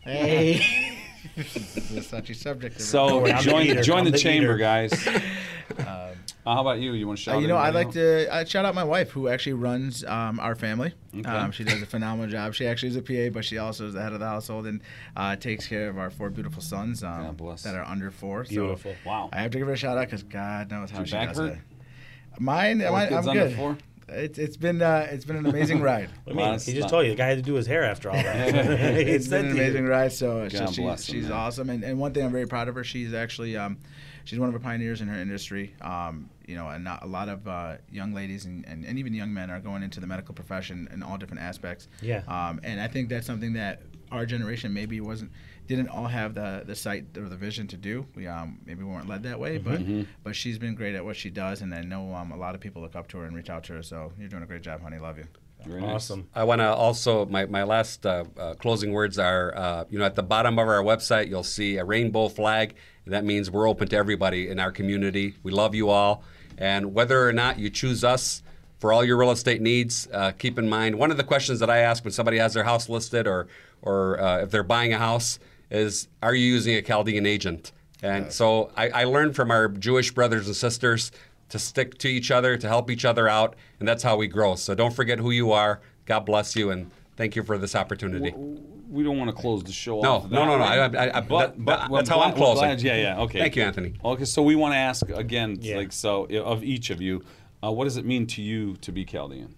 Hey. this is a touchy subject. So worry, I'm the join eater. join I'm the, the chamber, eater. guys. Uh, how about you? You want to shout? Uh, you know, I'd anybody out? like to i shout out my wife, who actually runs um, our family. Um, she does a phenomenal job. She actually is a PA, but she also is the head of the household and uh, takes care of our four beautiful sons um, God bless. that are under four. So Beautiful. Wow. I have to give her a shout out because God knows how Your she back does hurt? it. Mine, Four mine I'm kids under good. four? It's it's been uh, it's been an amazing ride. What do you mean? Last He just night. told you the guy had to do his hair after all that. He it's said been an to you. amazing ride. So she- God she- bless him, she's man. awesome. And, and one thing I'm very proud of her, she's actually um, she's one of the pioneers in her industry. Um, you know, and not, a lot of uh, young ladies and, and, and even young men are going into the medical profession in all different aspects. Yeah. Um, and I think that's something that our generation maybe wasn't didn't all have the the sight or the vision to do. We um, maybe weren't led that way, but but she's been great at what she does, and I know um, a lot of people look up to her and reach out to her. So you're doing a great job, honey. Love you. Very nice. Awesome. I want to also, my, my last uh, uh, closing words are, uh, you know, at the bottom of our website, you'll see a rainbow flag. That means we're open to everybody in our community. We love you all. And whether or not you choose us for all your real estate needs, uh, keep in mind one of the questions that I ask when somebody has their house listed or, or uh, if they're buying a house is, are you using a Chaldean agent? And so I, I learned from our Jewish brothers and sisters to stick to each other, to help each other out, and that's how we grow. So don't forget who you are. God bless you, and thank you for this opportunity. We don't want to close the show No, off. that no, no, no. way. I- I- I- that- that- we're that's how I'm glad- we're closing. glad- yeah, yeah. Okay. Thank you, Anthony. Okay, so we want to ask again, Yeah. like, so i- of each of you, uh, what does it mean to you to be Chaldean?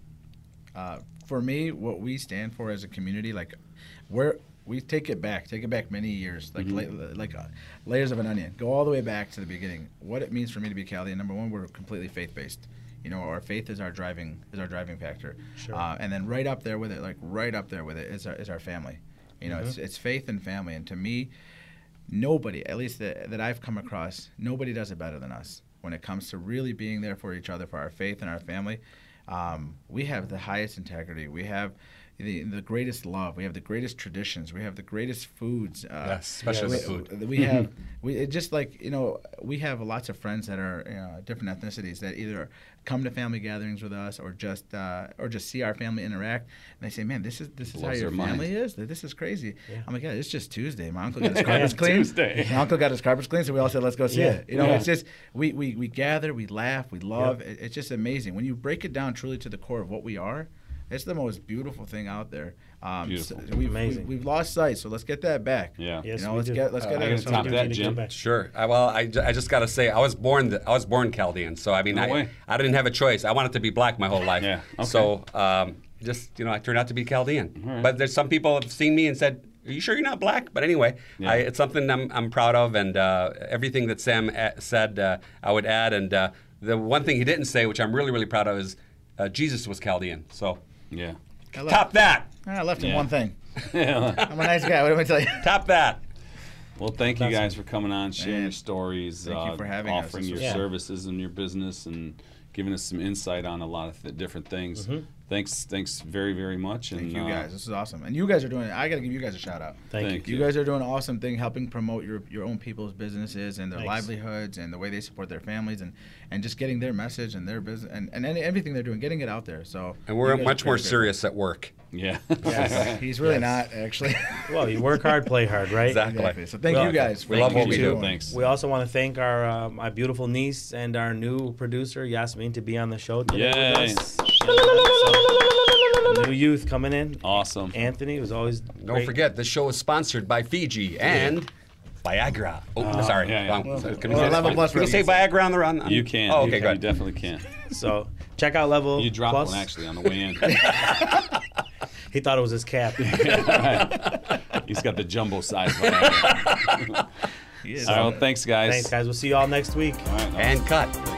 uh, for me, what we stand for as a community, like we're we take it back, take it back many years, like la- like uh, layers of an onion. Go all the way back to the beginning. What it means for me to be Chaldean. Number one, we're completely faith based. You know, our faith is our driving is our driving factor. Sure. Uh, and then right up there with it, like right up there with it, is our is our family. You know, it's it's faith and family. And to me, nobody, at least that, that I've come across, nobody does it better than us when it comes to really being there for each other, for our faith and our family. Um, we have the highest integrity. We have the, the greatest love. We have the greatest traditions. We have the greatest foods. Uh, Yes, especially we, the food. We have we it just like you know we have lots of friends that are you know, different ethnicities that either come to family gatherings with us or just uh, or just see our family interact and they say, man, this is this is how Blows your their mind. family is. This is crazy. Yeah. I'm like, yeah, it's just Tuesday. My uncle got his carpets Yeah, cleaned. Tuesday. My uncle got his carpets cleaned, so we all said, let's go see Yeah. it. You know, Yeah. it's just we, we we gather, we laugh, we love. It, it's just amazing when you break it down truly to the core of what we are. It's the most beautiful thing out there. Um, so Beautiful. we've, Amazing. We've, we've lost sight, so let's get that back. Yeah. Yes, you know, we let's do. get let's Uh, get I it. gotta So top we do- that, Need to Jim. come back. Sure. I, well, I, ju- I just got to say, I was born th- I was born Chaldean, so I mean, No way. I, I didn't have a choice. I wanted to be black my whole life. Yeah, okay. So um, just you know, I turned out to be Chaldean. But there's some people have seen me and said, "Are you sure you're not black?" But anyway, I, it's something I'm, I'm proud of, and uh, everything that Sam a- said, uh, I would add. And uh, the one thing he didn't say, which I'm really really proud of, is uh, Jesus was Chaldean. So Yeah. I left, top that, I left him Yeah. one thing. Yeah. I'm a nice guy. What am I tell you? top that. well, thank you guys for coming on, sharing Man. your stories, uh, Thank you for having us. offering This your was fun. services and your business, and giving us some insight on a lot of th- different things. Thanks, thanks very, very much. Mm-hmm. Thank and, you uh, guys. This is awesome, and you guys are doing it. I gotta give you guys a shout out. Thank, Thank you. You guys are doing an awesome thing, helping promote your, your own people's businesses and their Thanks. livelihoods and the way they support their families and, and just getting their message and their business and, and any, everything they're doing, getting it out there. So And you we're guys are much more great. serious at work. Yeah. Yes. He's really not actually. Well, you work hard, play hard, right? Exactly. Exactly. So thank Well, you guys. For we love what you we guys are do. doing. Thanks. We also want to thank our uh, my beautiful niece and our new producer Yasmin to be on the show today Yay. with us. So, new youth coming in. Awesome. Anthony was always. Don't forget, this show is sponsored by Fiji and Viagra. Oh, sorry. Uh, yeah, yeah. Wrong. Well, Sorry. Can well, we say- 11 plus Can we say Viagra on the run? You can. Oh, You okay, can. You good. definitely can. So check out level. You dropped plus. one actually on the way in. He thought it was his cap. He's got the jumbo size. All right, well, thanks, guys. Thanks, guys. We'll see you all next week. All right, And cut.